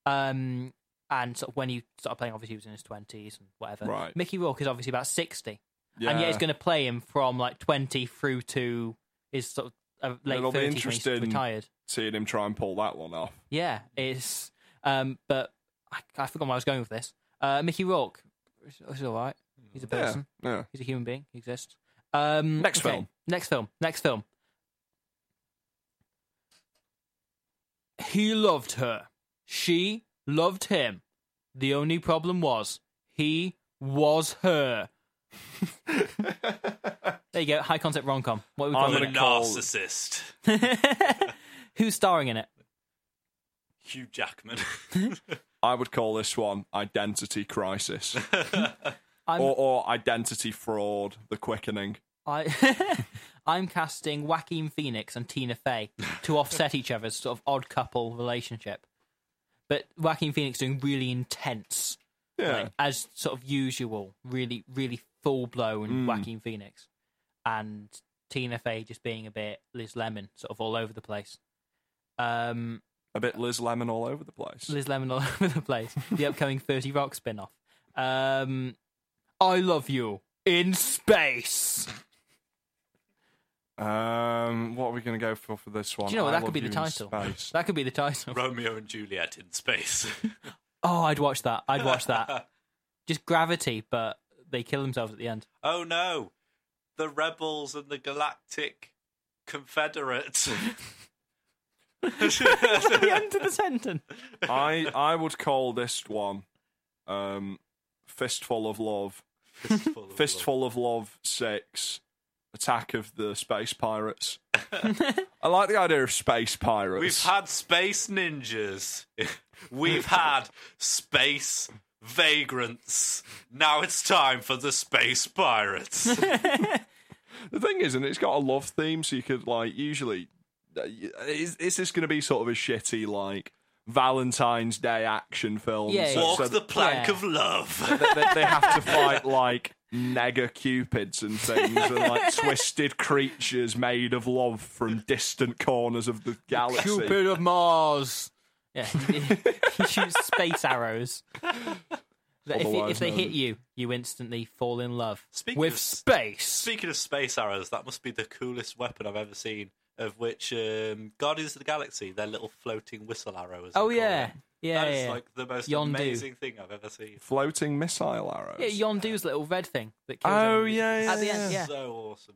B: Um, and sort of when he started playing, obviously he was in his twenties and whatever.
A: Right.
B: Mickey Rourke is obviously about sixty
A: yeah.
B: and yeah, he's going to play him from like 20 through to his sort of uh, late
A: It'll be
B: 30s when he's
A: interesting.
B: retired.
A: seeing him try and pull that one off.
B: Yeah, it's um, but I, I forgot where I was going with this. Uh, Mickey Rourke, it's, it's all right. He's a person.
A: Yeah, yeah.
B: He's a human being. He exists. Um,
A: Next
B: okay,
A: film.
B: Next film. Next film. He loved her. She loved him. The only problem was he was her. there you go. High concept rom com. What we
A: I'm
B: call
C: I'm a
A: gonna call-
C: narcissist.
B: it? Who's starring in it?
C: Hugh Jackman.
A: I would call this one identity crisis
B: I'm
A: or, or identity fraud. The quickening.
B: I I'm casting Joaquin Phoenix and Tina Fey to offset each other's sort of odd couple relationship. But Joaquin Phoenix doing really intense,
A: Yeah,
B: like, as sort of usual, really really full blown
A: Mm.
B: Joaquin Phoenix, and Tina Fey just being a bit Liz Lemon, sort of all over the place. Um,
A: a bit Liz Lemon all over the place.
B: Liz Lemon all over the place. The upcoming Thirty Rock spin off. Um, I love you in space.
A: Um, what are we going to go for for this one?
B: Do you know what?
A: I
B: That could
A: Love
B: be the
A: You in
B: title.
A: Space.
B: That could be the title.
C: Romeo and Juliet in space.
B: Oh, I'd watch that. I'd watch that. Just gravity, but they kill themselves at the end.
C: oh no, the rebels and the galactic confederates.
B: the end of the sentence.
A: I I would call this one, um, fistful of love.
C: Fistful. of love.
A: Fistful of Love 6, Attack of the Space Pirates. I like the idea of space pirates.
C: We've had space ninjas. We've had space vagrants. Now it's time for the space pirates.
A: the thing is, and it's got a love theme, so you could, like, usually. uh, y- Is, is this going to be sort of a shitty, like, Valentine's Day action film?
B: Yeah,
A: so,
C: Walk
A: so
C: the plank
B: Yeah.
C: of love.
A: they, they have to fight, like, nega cupids and things, and, like, twisted creatures made of love from distant corners of the galaxy.
B: of Mars. Yeah, he, he shoots space arrows. That if, you- if
A: Otherwise
B: they
A: known
B: hit
A: as-
B: you, you instantly fall in love
C: Speaking
B: with
C: of-
B: space.
C: Speaking of space arrows, that must be the coolest weapon I've ever seen. Of which um, Guardians of the Galaxy, their little floating whistle arrow. As they
B: Oh
C: call
B: yeah,
C: it.
B: yeah,
C: that is
B: yeah.
C: like the most
B: Yondu.
C: amazing thing I've ever seen.
A: Floating missile arrows.
B: yeah. Yondu's little red thing that kills.
A: Oh,
B: everybody.
A: yeah, yeah,
B: at the end,
A: yeah.
B: yeah.
C: so awesome.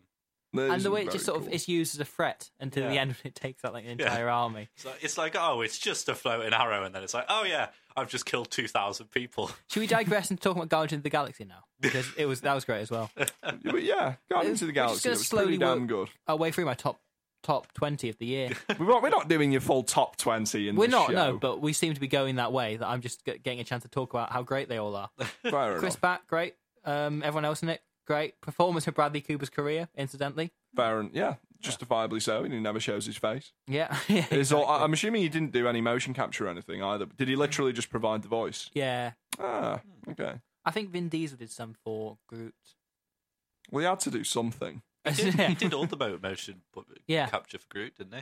A: That
B: and
A: is
B: the way it
A: very
B: just sort
A: cool.
B: of is used as a threat until the
C: Yeah.
B: end when it takes out like an
C: Yeah.
B: entire army.
C: It's like, it's like, oh, it's just a floating arrow, and then it's like, oh yeah, I've just killed two thousand people.
B: Should we digress and talk about Guardians of the Galaxy now? Because it was that was great as well.
A: Yeah, but yeah, Guardians of the
B: We're
A: Galaxy.
B: just gonna
A: it was pretty
B: slowly
A: damn
B: I'll way through my top top twenty of the year.
A: good. We're not, we're not doing your full top twenty in
B: We're
A: this
B: not,
A: show.
B: no, but we seem to be going that way. That I'm just g- getting a chance to talk about how great they all are.
A: fair
B: Chris
A: enough.
B: Back, great. Um, everyone else in it, great. Performance for Bradley Cooper's career, incidentally.
A: Fair en- yeah, justifiably so. and He never shows his face.
B: Yeah, yeah,
A: Is all-
B: exactly.
A: I'm assuming he didn't do any motion capture or anything either. Did he literally just provide the voice?
B: yeah.
A: Ah, okay.
B: I think Vin Diesel did some for Groot.
A: Well, he had to do something.
C: He did, he did all the mo- motion bu-
B: Yeah.
C: capture for Groot, didn't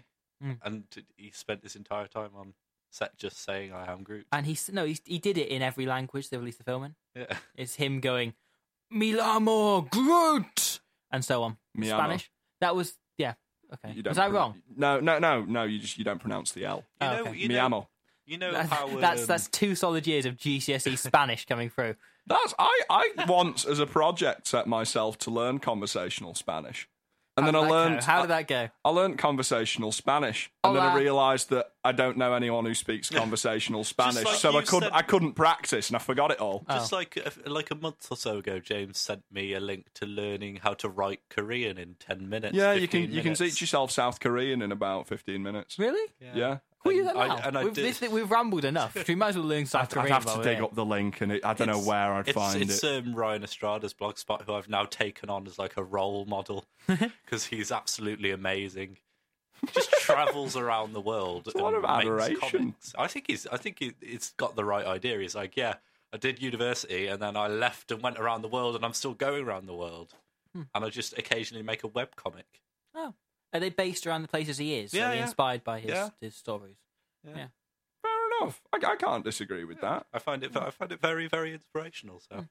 C: he?
B: Mm.
C: And did- he spent his entire time on set just saying, "I am Groot."
B: and he s- no, he, he did it in every language they released the film in.
C: Yeah.
B: It's him going, Milamo, Groot, and so on.
A: Mi amo.
B: Spanish. That was, yeah. Okay.
A: You don't
B: Was I
A: pronou-
B: wrong?
A: No, no, no, no. You just you don't pronounce the L.
C: You
B: Oh,
C: know,
B: okay.
C: you
A: Mi
C: know,
A: amo.
C: you know how um,
B: that's that's two solid years of GCSE E Spanish coming through.
A: That's I. I once, as a project, set myself to learn conversational Spanish, and then I
B: How'd that go?
A: learned.
B: How did that Oh, go?
A: I learned conversational Spanish, and then I
B: Hola.
A: realised that I don't know anyone who speaks conversational Spanish,
C: like
A: so
C: you
A: I couldn't.
C: said-
A: I couldn't practice, and I forgot it all.
C: just like a, like a month or so ago. James sent me a link to learning how to write Korean in ten minutes.
A: yeah, you can
C: 15
A: you can
C: minutes.
A: teach yourself South Korean in about fifteen minutes.
B: Really?
A: Yeah.
B: Will you
C: And
B: that now?
C: I, and I
B: we've,
C: did.
B: this- we've rambled enough. We might as well learn South
A: I'd
B: Korean.
A: have
B: while
A: to
B: we're
A: dig
B: here.
A: up the link, and it, I don't know
C: It's-
A: where I'd
C: it's,
A: find
C: it's,
A: it.
C: um, Ryan Estrada's blog spot, who I've now taken on as like a role model because he's absolutely amazing. Just travels around the world.
A: a lot
C: and
A: of
C: makes
A: adoration.
C: comics. I think he's. I think he, it's got the right idea. He's like, yeah, I did university and then I left and went around the world, and I'm still going around the world.
A: Hmm.
C: And I just occasionally make a web comic.
B: Oh. Are they based around the places he is?
C: Yeah,
B: Are they
C: yeah.
B: inspired by his,
C: Yeah.
B: his stories?
A: Fair enough. I, I can't disagree with that.
C: I find it. I find it very, very inspirational. So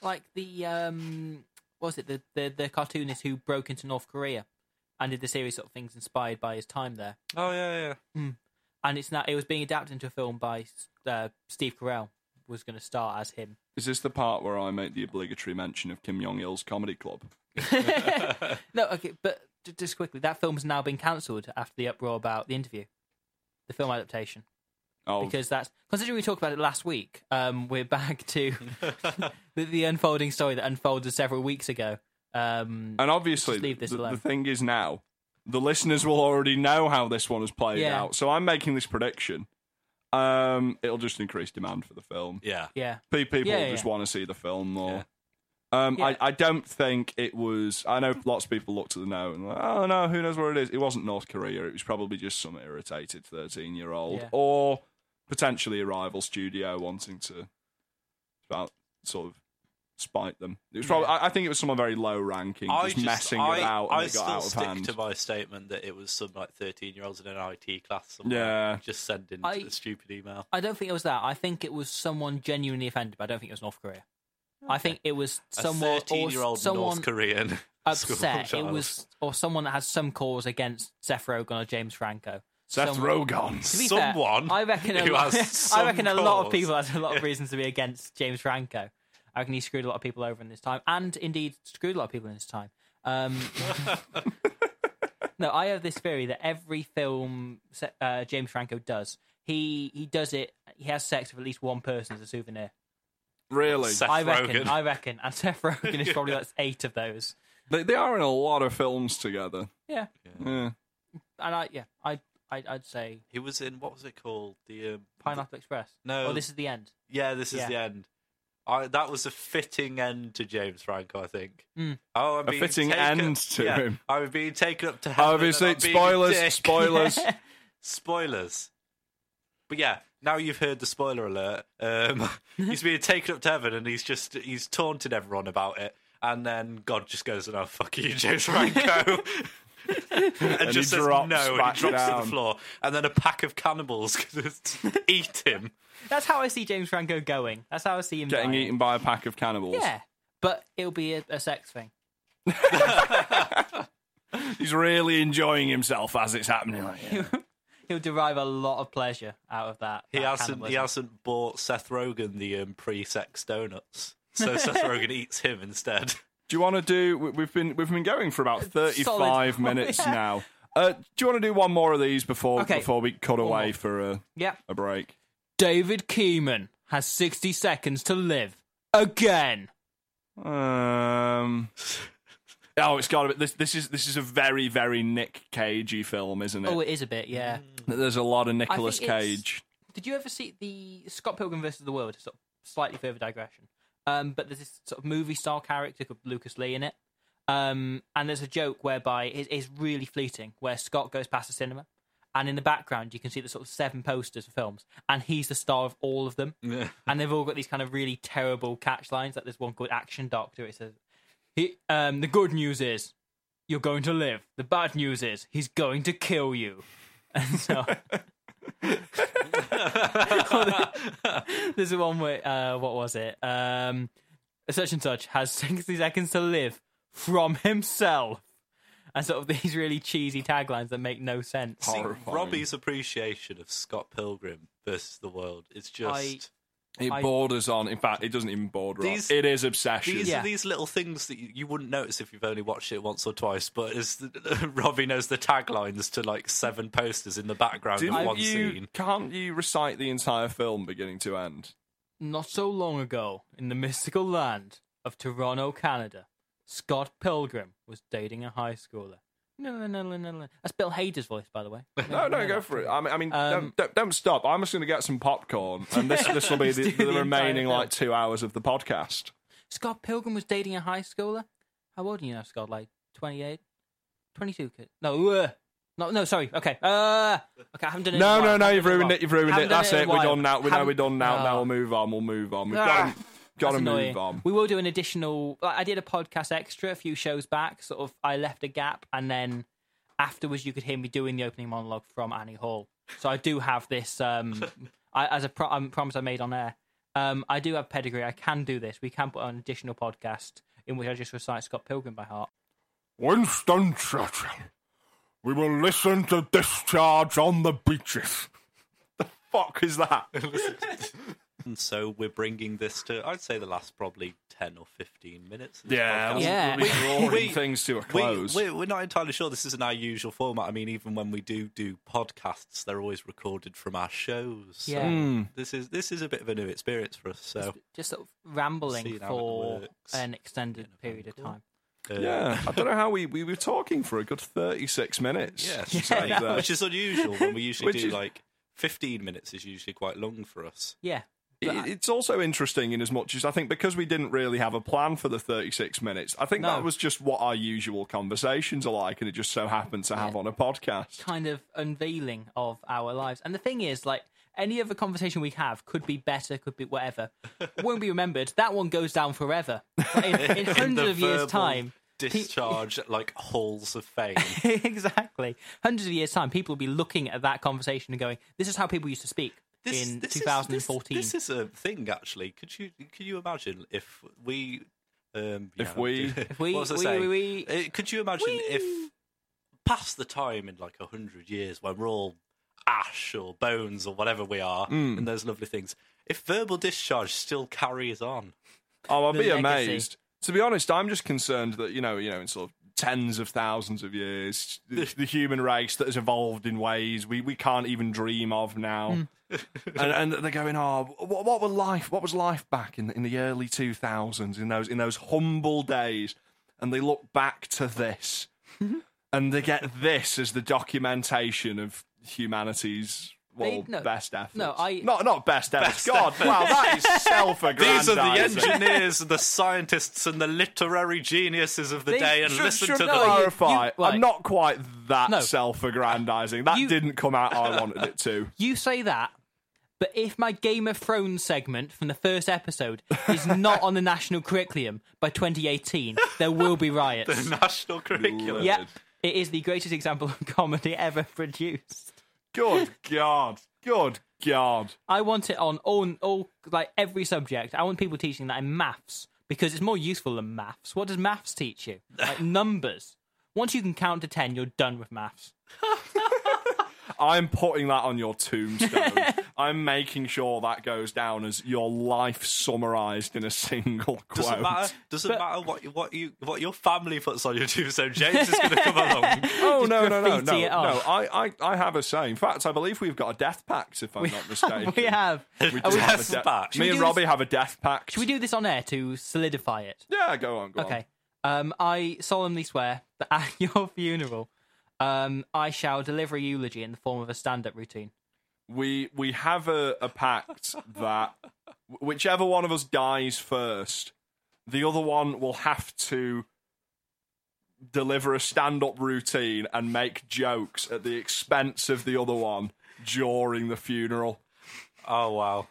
B: Like the, um, what was it, the, the, the cartoonist who broke into North Korea and did the series sort of things inspired by his time there. Hmm.
C: oh yeah, yeah.
B: and it's now it was being adapted into a film by uh, Steve Carell was going to star as him.
A: Is this the part where I make the obligatory mention of Kim Jong Il's comedy club?
B: No, okay, but j- just quickly, that film's now been cancelled after the uproar about the interview, the film adaptation,
A: Oh,
B: because that's considering we talked about it last week. Um, we're back to the, the unfolding story that unfolded several weeks ago. Um,
A: and obviously,
B: Just leave this
A: the,
B: alone.
A: the thing is now the listeners will already know how this one has played
B: Yeah.
A: out. So I'm making this prediction. Um, it'll just increase demand for the film.
C: yeah.
B: yeah,
A: Pe- People
B: Yeah, yeah,
A: just
B: yeah.
A: want to see the film more. Um,
B: Yeah.
A: I, I don't think it was. I know lots of people looked at the note and like, oh no, who knows where it is? It wasn't North Korea. It was probably just some irritated thirteen-year-old
B: Yeah.
A: or potentially a rival studio wanting to about sort of spite them. It was probably. I, I think it was someone very low-ranking, just, messing
C: I,
A: about, and
C: I
A: it
C: still
A: got out of
C: stick
A: hand.
C: to my statement that it was some like thirteen-year-olds in an IT class. Somewhere
A: Yeah.
C: just sending
B: I-
C: a stupid email.
B: I don't think it was that. I think it was someone genuinely offended. But I don't think it was North Korea. I think it was someone
C: a
B: or
C: thirteen-year-old
B: someone
C: North Korean school
B: upset. It
C: child.
B: was or someone that has some cause against Seth Rogen or James Franco.
A: Seth
B: Someone- To
A: Rogen.
B: be fair,
C: Someone
B: I reckon. A
C: who
B: lot,
C: has
B: I reckon
C: some
B: a lot
C: cause.
B: of people has a lot of reasons to be against James Franco. I reckon he screwed a lot of people over in this time, and indeed screwed a lot of people in his time. Um, no, I have this theory that every film se- uh, James Franco does, he he does it. He has sex with at least one person as a souvenir.
A: Really,
C: Seth
B: I reckon.
C: Rogen.
B: I reckon. And Seth Rogen is probably like eight of those.
A: they, they are in a lot of films together.
B: Yeah,
A: Yeah.
B: and I yeah I, I I'd say
C: he was in what was it called? The um,
B: Pineapple Express.
C: No.
B: or this is the end.
C: yeah, this is
B: Yeah.
C: the end. I, that was a fitting end to James Franco, I think.
B: Mm.
C: Oh, I'm
A: A
C: being
A: fitting
C: taken-
A: end to
C: yeah,
A: him.
C: I'm being taken up to heaven. and
A: Obviously,
C: I'm being a
A: spoilers,
C: dick.
A: spoilers.
C: spoilers. But yeah, now you've heard the spoiler alert. Um, he's being taken up to heaven, and he's just he's taunted everyone about it, and then God just goes, "Oh fuck you, James Franco." and,
A: he
C: just says no,
A: drops
C: and he
A: back
C: drops to
A: down.
C: the floor, and then a pack of cannibals eat him.
B: That's how I see James Franco going. That's how I see him
A: Getting
B: dying.
A: eaten by a pack of cannibals.
B: Yeah, but it'll be a, a sex thing.
A: He's really enjoying himself as it's happening. Like, yeah.
B: He'll derive a lot of pleasure out of that.
C: He
B: that
C: hasn't he
B: cannibalism.
C: hasn't bought Seth Rogen the um, pre-sex donuts, so Seth Rogen eats him instead.
A: Do you want to do? we- We've been we've been going for about thirty-five
B: Solid.
A: minutes
B: Yeah.
A: now. Uh, do you want to do one more of these before
B: Okay.
A: before we cut
B: One
A: away
B: more.
A: for a,
B: Yep.
A: a break?
B: David Keeman has 60 seconds to live. Again.
A: Um. Oh, it's got to be this. This is this is a very very Nick Cagey film, isn't it?
B: Oh, it is a bit, yeah.
A: There's a lot of Nicolas
B: it's-
A: Cage.
B: Did you ever see the Scott Pilgrim versus the World? Sort of slightly further digression. Um, but there's this sort of movie star character called Lucas Lee in it. Um, and there's a joke whereby it is really fleeting, where Scott goes past the cinema, and in the background you can see the sort of seven posters for films, and he's the star of all of them. and they've all got these kind of really terrible catch lines. Like there's one called Action Doctor. It says, he, um, "The good news is you're going to live. The bad news is he's going to kill you." And so there's one where uh, what was it? Um, such and such has 60 seconds to live from himself. And sort of these really cheesy taglines that make no sense.
A: Hor-
C: See,
A: Horrifying.
C: Robbie's appreciation of Scott Pilgrim versus the world is just
A: It
B: I-
A: borders on. In fact, it doesn't even border
C: These-
A: on. It is obsession.
C: these
B: Yeah.
C: are these little things that you, you wouldn't notice if you've only watched it once or twice. But as the, Robbie knows the taglines to like seven posters in the background
A: Didn't
C: of one
A: you,
C: scene.
A: Can't you recite the entire film beginning to end?
B: Not so long ago, in the mystical land of Toronto, Canada, Scott Pilgrim was dating a high schooler. No, no, no, no, no, no. That's Bill Hader's voice, by the way.
A: No, no, go for it. I mean, I mean
B: Um,
A: don't, don't, don't stop. I'm just going to get some popcorn, and this this will be the,
B: Let's do
A: the,
B: the
A: remaining
B: entire
A: like two hours of the podcast.
B: Scott Pilgrim was dating a high schooler. How old are you now, Scott? Like 28? 22? Kid? No, uh, no, no, sorry. Okay. Uh, okay, I haven't done it. in a
A: No,
B: while.
A: no, no,
B: Haven't
A: you've
B: done in a
A: ruined
B: while.
A: it. You've ruined
B: Haven't
A: it.
B: done
A: That's
B: in a
A: it. We're
B: while.
A: done now. We know
B: Haven't-
A: we're done now. Now
B: Oh.
A: we'll move on. We'll move on. We've
B: Ah,
A: got to
B: That's annoying.
A: move on.
B: We will do an additional. like, I did a podcast extra a few shows back. Sort of, I left a gap, and then afterwards, you could hear me doing the opening monologue from Annie Hall. So I do have this. Um, I, as a pro- um, promise I made on air, um, I do have pedigree. I can do this. We can put on an additional podcast in which I just recite Scott Pilgrim by heart.
A: Winston Churchill, we will listen to discharge on the beaches. The fuck is that?
C: And so we're bringing this to I'd say the last probably ten or fifteen minutes. Of this
A: Yeah,
C: podcast.
B: Yeah.
A: We'll be drawing
C: we-
A: things to a
C: We,
A: close.
C: we're, we're not entirely sure this isn't our usual format. I mean, even when we do do podcasts, they're always recorded from our shows. So Hmm.
B: Yeah.
A: Hmm.
C: this is this is a bit of a new experience for us. So
B: Just sort of rambling
C: See how it
B: for
C: works.
B: an extended period of
C: cool.
B: time.
C: uh,
A: yeah, I don't know how we, we were talking for a good 36 minutes.
C: yeah,
A: Besides
C: so-
A: that.
C: which is unusual when we usually
A: Which
C: do
A: is-
C: like fifteen minutes is usually quite long for us.
B: Yeah.
A: It- It's also interesting in as much as I think because we didn't really have a plan for the 36 minutes, I think
B: No.
A: that was just what our usual conversations are like, and it just so happened to have
B: Yeah.
A: on a podcast.
B: kind of unveiling of our lives. And the thing is, like any other conversation we have could be better, could be whatever, won't be remembered. That one goes down forever Like, in, in
C: In
B: hundreds
C: the
B: of years'
C: verbal
B: time.
C: discharge like halls of fame.
B: exactly, hundreds of years' time, people will be looking at that conversation and going, "This is how people used to speak in
C: is- this-
B: 2014."
C: This, is a thing, actually. Could you could you imagine if we um, yeah,
A: If we-
B: If we-
C: what was I
B: we-
C: saying?
B: we-
C: Uh, could you imagine if past the time in like a hundred years when we're all ash or bones or whatever we are and those lovely things, if verbal discharge still carries on?
A: Oh, I'll
B: The
A: be
B: legacy.
A: amazed. To be honest, I'm just concerned that you know, you know, in sort of tens of thousands of years, the, the human race that has evolved in ways we, we can't even dream of now.
B: Hmm.
A: and, and they're going, oh, what, what were life? What was life back in the, in the early 2000s? In those in those humble days, and they look back to this, and they get this as the documentation of humanity's. Well,
B: They- no.
A: best efforts.
B: No, I-
A: not not best efforts. God, wow, that is self-aggrandizing.
C: These are the engineers and the scientists and the literary geniuses of the
B: They
C: day, and
B: should-
C: listen
B: should
C: to
B: know
C: them.
B: you-
A: clarify,
B: right.
A: I'm not quite that
B: No.
A: self-aggrandizing. That
B: You-
A: didn't come out how I wanted it to.
B: You say that, but if my Game of Thrones segment from the first episode is not on the national curriculum by 2018, there will be riots.
C: The national curriculum.
B: Yeah, it is the greatest example of comedy ever produced.
A: Good God. Good God.
B: I want it on all, all like every subject. I want people teaching that in maths because it's more useful than maths. What does maths teach you? Like numbers. Once you can count to ten, you're done with maths.
A: I'm putting that on your tombstone. I'm making sure that goes down as your life summarized in a single quote.
C: Doesn't matter. Doesn't matter what you- what you what your family puts on your tombstone. James is going to come along.
A: Oh no, no, no, no,
B: graffiti it
A: no!
B: off.
A: I, I, I have a say. In fact, I believe we've got a death pact, if I'm not mistaken.
B: we have.
A: We
C: A
A: do have
C: death
A: a de-
C: pact. Should
A: Me
B: we
A: and
B: do this-
A: Robbie have a death pact.
B: Should we do this on air to solidify it?
A: Yeah, go on. Go on.
B: Okay. Um, I solemnly swear that at your funeral, um, I shall deliver a eulogy in the form of a stand-up routine.
A: we we have a, a pact that wh- whichever one of us dies first, the other one will have to deliver a stand-up routine and make jokes at the expense of the other one during the funeral.
C: Oh wow.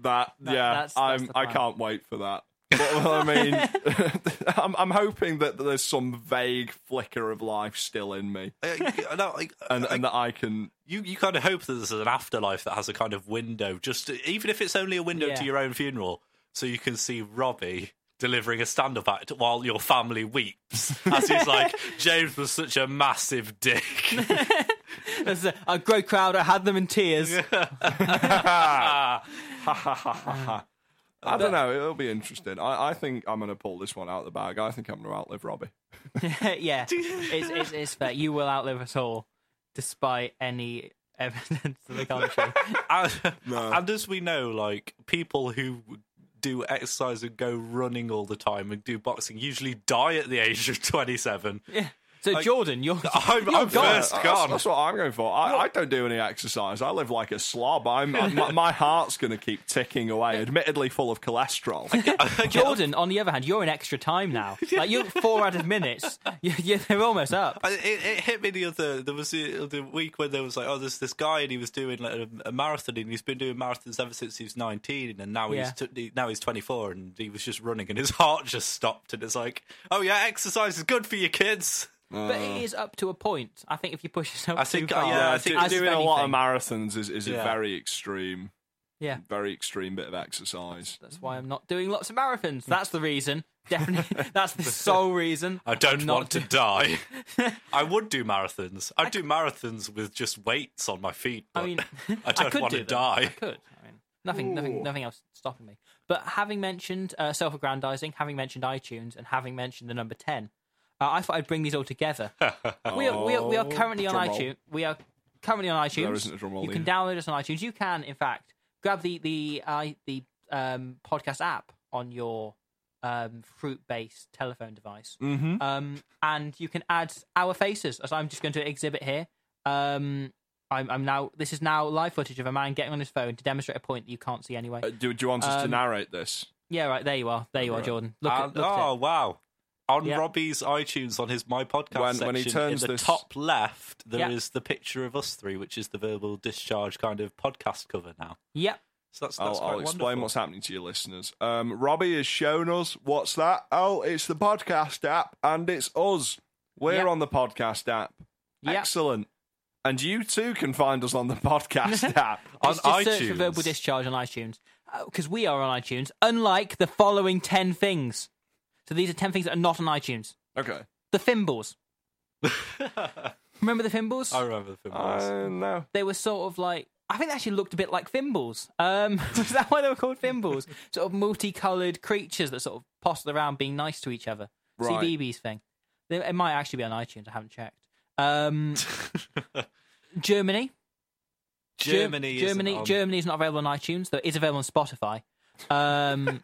A: That, yeah,
B: that's- that's
A: I'm
B: the
A: I
B: plan.
A: can't wait for that. But I mean, I'm, I'm hoping that there's some vague flicker of life still in me,
C: Uh, you- no, I-
A: and, and that I can
C: you you kind of hope that there's an afterlife that has a kind of window, just uh, even if it's only a window
B: Yeah.
C: to your own funeral, so you can see Robbie delivering a stand-up act while your family weeps as he's like, James was such a massive dick.
B: There's a, a great crowd. I had them in tears.
A: I don't know. It'll be interesting. I, I think I'm going to pull this one out of the bag. I think I'm going to outlive Robbie.
B: yeah, it's, it's, it's fair. You will outlive us all, despite any evidence to the contrary.
C: and,
A: No.
C: and as we know, like people who do exercise and go running all the time and do boxing usually die at the age of 27.
B: yeah. So Jordan, you're
C: I'm, I'm first
A: Yeah, That's,
C: gone.
A: that's what I'm going for. I, I don't do any exercise. I live like a slob. I'm, I'm- my, my heart's going to keep ticking away. Admittedly, full of cholesterol.
B: Jordan. On the other hand, you're in extra time now. Like you're four out of minutes. You, you, they're almost up.
C: I- It, it hit me the other. There was the, the week when there was like, oh, there's this guy and he was doing like a, a marathon and he's been doing marathons ever since he was 19 and now
B: Yeah.
C: he's t- now he's 24 and he was just running and his heart just stopped and it's like, oh yeah, exercise is good for your kids.
B: But it is up to a point. I think if you push yourself
C: I think-
B: too far,
C: yeah, I
A: Uh,
C: think-
A: do-
B: as
A: doing
B: with
A: a lot of
B: anything.
A: marathons is, is
C: Yeah.
A: a very extreme,
B: yeah.
A: very extreme bit of exercise.
B: That's why I'm not doing lots of marathons. That's the reason. Definitely, that's the sole reason.
C: I don't
B: Not
C: want to
B: do-
C: die. I would do marathons. I'd do marathons with just weights on my feet.
B: I
C: but
B: mean,
C: I don't
B: could
C: want
B: do
C: to
B: them. I
C: die.
B: could. I mean, nothing, nothing, nothing else stopping me. But having mentioned uh, self-aggrandizing, having mentioned iTunes, and having mentioned the number ten, uh, I thought I'd bring these all together. we, are, we, are,
C: Oh,
B: we are currently on
A: drum roll.
B: iTunes. We are currently on iTunes.
A: isn't a drum roll
B: you can
A: needed.
B: download us on iTunes. You can, in fact, grab the the i the um, podcast app on your um, fruit-based telephone device.
A: Mm-hmm.
B: um, and you can add our faces as I'm just going to exhibit here. Um, I'm, I'm now. This is now live footage of a man getting on his phone to demonstrate a point that you can't see anyway.
A: Uh, do, do you want us to
B: Um,
A: narrate this?
B: yeah, right. There you are. There you are,
A: Right.
B: Jordan. Look, at,
C: uh, And-
B: look
C: oh
B: at it.
C: wow! On
B: Yeah.
C: Robbie's iTunes, on his My Podcast
A: When-
C: section,
A: when he turns
C: in the
A: this-
C: top left, there is
B: Yeah.
C: the picture of us three, which is the verbal discharge kind of podcast cover now.
B: Yep.
C: So that's, that's
A: I'll,
C: quite
A: I'll explain
C: wonderful.
A: what's happening to your listeners. Um, Robbie has shown us what's that? Oh, it's the podcast app, and it's us. We're
B: Yep.
A: on the podcast app.
B: Yep.
A: Excellent. And you too can find us on the podcast app.
C: on
B: Just, just search for
C: iTunes.
B: verbal discharge on iTunes because we are on iTunes. Unlike the following ten things. So these are ten things that are not on iTunes.
A: Okay.
B: The thimbles. Remember the thimbles?
C: I remember the film. was.
A: Uh, no.
B: they were sort of like I think they actually looked a bit like thimbles. Um, was that why they were called thimbles? sort of multicolored creatures that sort of postle around being nice to each other.
A: Right.
B: CBeebies thing. They- It might actually be on iTunes. I haven't checked. Um, Germany. Ger-
C: Germany, isn't
B: Germany.
C: on-
B: Germany is not available on iTunes, though it is available on Spotify. Um,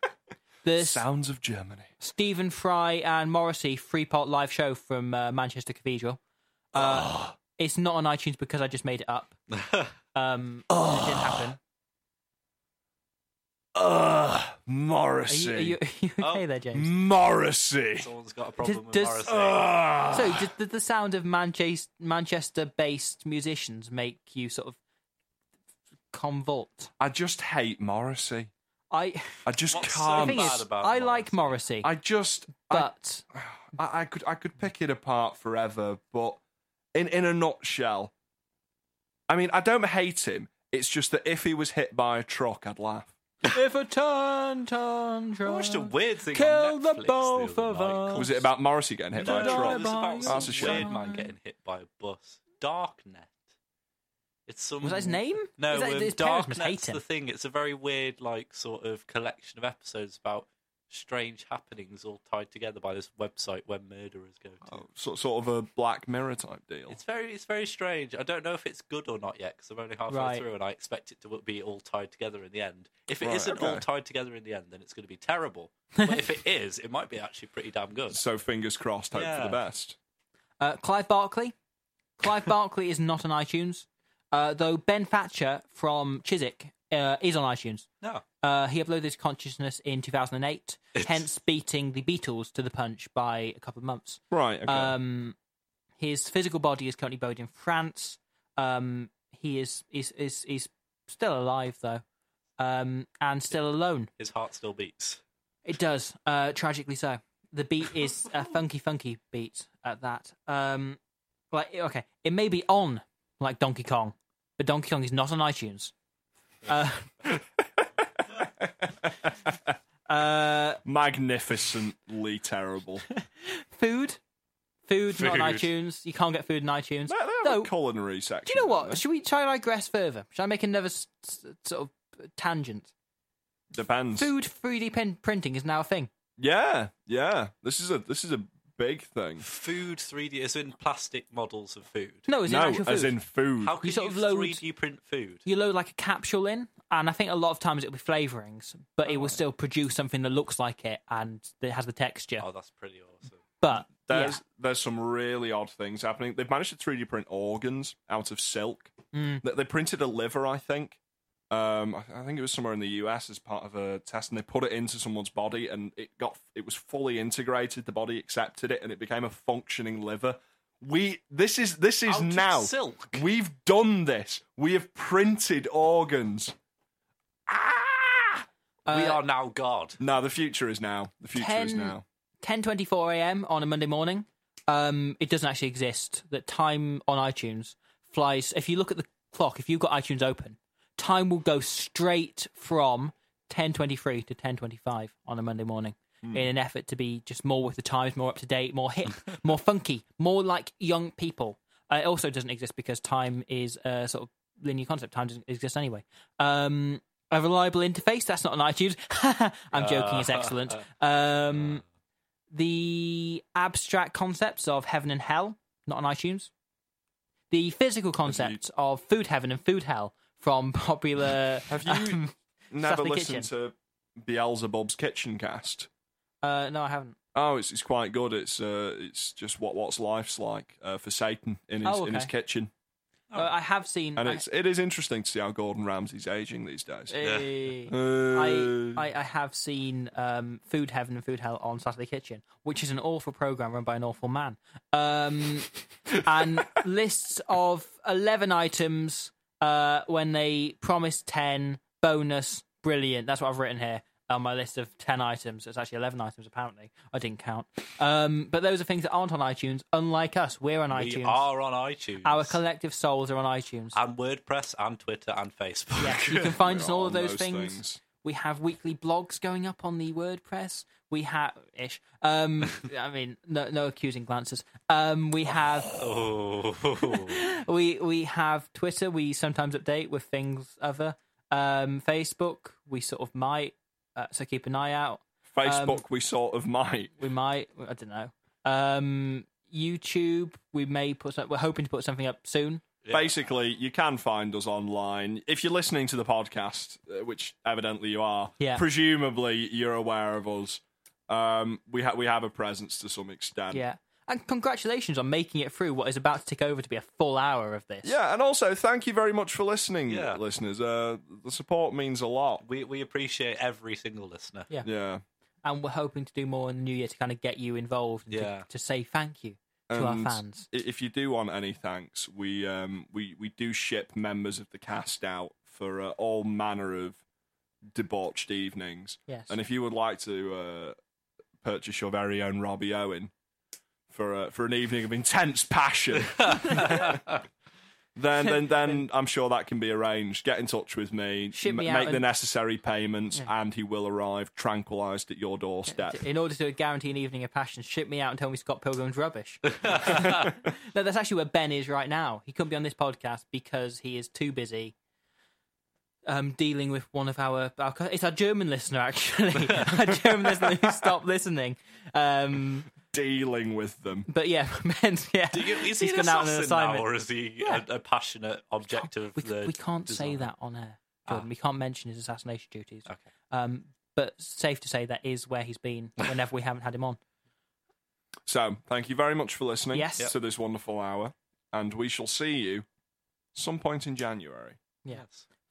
B: the
A: Sounds of Germany.
B: Stephen Fry and Morrissey three part live show from uh, Manchester Cathedral. Uh, It's not on iTunes because I just made it up. Um, It didn't happen.
A: Ah, Ugh,
B: Are
A: Morrissey.
B: you, are you, are you okay
C: Oh.
B: there, James?
A: Morrissey. Ah.
C: Someone's got a problem with
B: does- Oh,
C: Morrissey.
A: Ugh.
B: So, did, did the sound of Manchester Manchester-based musicians make you sort of convulse?
A: I just hate Morrissey.
B: I
A: I just
C: What's so
B: the
A: can't.
B: thing
C: bad
B: is,
C: about
B: I like Morrissey,
A: I just. I
B: but
A: I, I could I could pick it apart forever, but in in a nutshell, I mean I don't hate him. It's just that if he was hit by a truck, I'd laugh.
B: if a turn turn
C: I watched a weird thing
B: Kill
C: on
B: the
C: Netflix
B: both
C: the other
B: of
C: night.
B: us.
A: Was it about Morrissey getting hit by a
C: No,
B: Did I
C: no,
A: truck?
C: it was about
B: buy
C: some
A: That's a shame.
C: weird man getting hit by a bus. Darknet. It's some
B: Was that his name?
C: No,
B: Is that-
C: um,
B: his parents must hate
C: Darknet's
B: him.
C: the thing. It's a very weird, like, sort of collection of episodes about strange happenings, all tied together by this website where murderers go to.
A: Oh, so, sort of a Black Mirror type deal.
C: It's very, it's very strange. I don't know if it's good or not yet because I'm only halfway
B: Right.
C: through, and I expect it to be all tied together in the end. If it
A: Right,
C: not all
A: okay.
C: tied together in the end, then it's going to be terrible. But if it is, it might be actually pretty damn good.
A: So fingers crossed, hope for
C: Yeah.
A: the best.
B: Uh, Clive Barkley. Clive Barkley is not on iTunes, uh, though Ben Thatcher from Chiswick uh, is on iTunes.
C: No,
B: Uh, he uploaded his consciousness in 2008, hence beating the Beatles to the punch by a couple of months.
A: Right. Okay.
B: Um, his physical body is currently buried in France. Um, he is is is is still alive though, um, and still alone.
C: his heart still beats.
B: It does, uh, tragically so. The beat is a funky, funky beat at that. Um, like okay, it may be on like Donkey Kong, but Donkey Kong is not on iTunes. Uh, uh,
A: Magnificently terrible. they,
B: food, food, not on
C: Food.
B: iTunes. You can't get food in iTunes.
A: they have
B: Though-
A: a culinary section.
B: Do you know what?
A: don't
B: Should we try and digress further? Should I make another s- s- sort of tangent?
A: they? Depends.
B: Food 3D pen- printing is now a thing.
A: Yeah, yeah. This is a this is a big thing.
C: Food 3D, as in plastic models of food.
B: No, is it
A: no,
B: actual food?
A: as in food.
C: How can you,
B: sort of load-
C: 3D print food?
B: you load like a capsule in, and I think a lot of times it'll be flavorings, but it will still produce something that looks like it and that has the texture.
C: Oh, that's pretty awesome.
B: But
A: There's
B: yeah,
A: there's some really odd things happening. They've managed to 3D print organs out of silk.
C: Mm.
A: They, they printed a liver, I think. Um, I, I think it was somewhere in the US as part of a test, and they put it into someone's body, and it got it was fully integrated. The body accepted it, and it became a functioning liver. We this is this is
C: Out of
A: now
C: silk.
A: We've done this. We have printed organs. Ah!
C: we
B: Uh,
C: are now God.
A: No, the future is now. The future is
B: 10
A: now.
B: 10:24 a.m. on a Monday morning. Um, it doesn't actually exist. That time on iTunes flies. If you look at the clock, if you've got iTunes open, time will go straight from 10:23 to 10:25 on a Monday morning. In an effort to be just more with the times, more up to date, more hip, more funky, more like young people. Uh, it also doesn't exist because time is a sort of linear concept. Time doesn't exist anyway. Um, a reliable interface. That's not on iTunes. I'm joking. It's excellent. Um, the abstract concepts of heaven and hell, not on iTunes. The physical concept of food heaven and food hell from popular. um,
A: Have you never
B: Sassy
A: listened to Beelzebub's Kitchen Cast?
B: uh, no, I haven't.
A: Oh, it's it's quite good. It's uh, it's just what what's life's like uh, for Satan in his
B: Oh,
A: in his
B: okay.
A: kitchen,
B: Uh, I have seen.
A: Oh. and
B: I,
A: it's it is interesting to see how Gordon Ramsay's aging these days.
B: eh, I,
A: Uh,
B: I, I have seen um, Food Heaven and Food Hell on Saturday Kitchen, which is an awful program run by an awful man. Um, and lists of 11 items uh, when they promise 10, bonus, brilliant. That's what I've written here on my list of 10 items. It's actually 11 items, apparently. I didn't count. Um, but those are things that aren't on iTunes, unlike us. We're on
C: We
B: iTunes.
C: are on iTunes.
B: Our collective souls are on iTunes.
C: and WordPress and Twitter and Facebook.
B: Yeah, you can find
A: We're
B: us on all of
A: on
B: those,
A: those
B: things.
A: things.
B: We have weekly blogs going up on the WordPress. We have ish. Um, I mean, no, no accusing glances. Um, we have
C: Oh,
B: we we have Twitter. We sometimes update with things other. Um, Facebook. We sort of might. Uh, so keep an eye out. um,
A: Facebook, we sort of might.
B: We might. I don't know. Um, YouTube. We may put. Some, we're hoping to put something up soon.
A: Basically, you can find us online. If you're listening to the podcast, uh, which evidently you are,
B: Yeah.
A: presumably you're aware of us. Um, we ha- we have a presence to some extent.
B: Yeah. And congratulations on making it through what is about to tick over to be a full hour of this.
A: Yeah, and also thank you very much for listening,
C: Yeah.
A: listeners. Uh, the support means a lot.
C: we we appreciate every single listener.
B: Yeah.
A: Yeah,
B: and we're hoping to do more in the new year to kind of get you involved and
C: Yeah.
B: to, to say thank you to our
A: And
B: fans.
A: i- if you do want any thanks, we um we we do ship members of the cast out for uh, all manner of debauched evenings.
B: Yes.
A: And if you would like to uh, purchase your very own Robbie Owen for uh, for an evening of intense passion, then then then I'm sure that can be arranged. Get in touch with me,
B: Ship me out
A: make the
B: and-
A: necessary payments, and he will arrive tranquilized at your doorstep.
B: in order to guarantee an evening of passion, ship me out and tell me Scott Pilgrim's rubbish. no, that's actually where Ben is right now. He couldn't be on this podcast because he is too busy um, dealing with one of our, our. cu- It's our German listener, actually. our German listener who stopped listening. Um,
A: Dealing with them.
B: but yeah, Ben's. Yeah,
C: Do you- is he
B: he's
C: an
B: gone out on an
C: assassin now,
B: assignment.
C: or is he
B: Yeah.
C: a, a passionate objective?
B: we,
C: of the
B: we can't say
C: design?
B: that on air, Jordan.
C: Ah.
B: We can't mention his assassination duties.
C: Okay.
B: Um, but safe to say that is where he's been whenever we haven't had him on.
A: So thank you very much for listening
B: Yes. Yep.
A: to this wonderful hour, and we shall see you some point in January.
B: Yeah.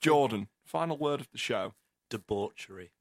A: Jordan, final word of the show.
C: Debauchery.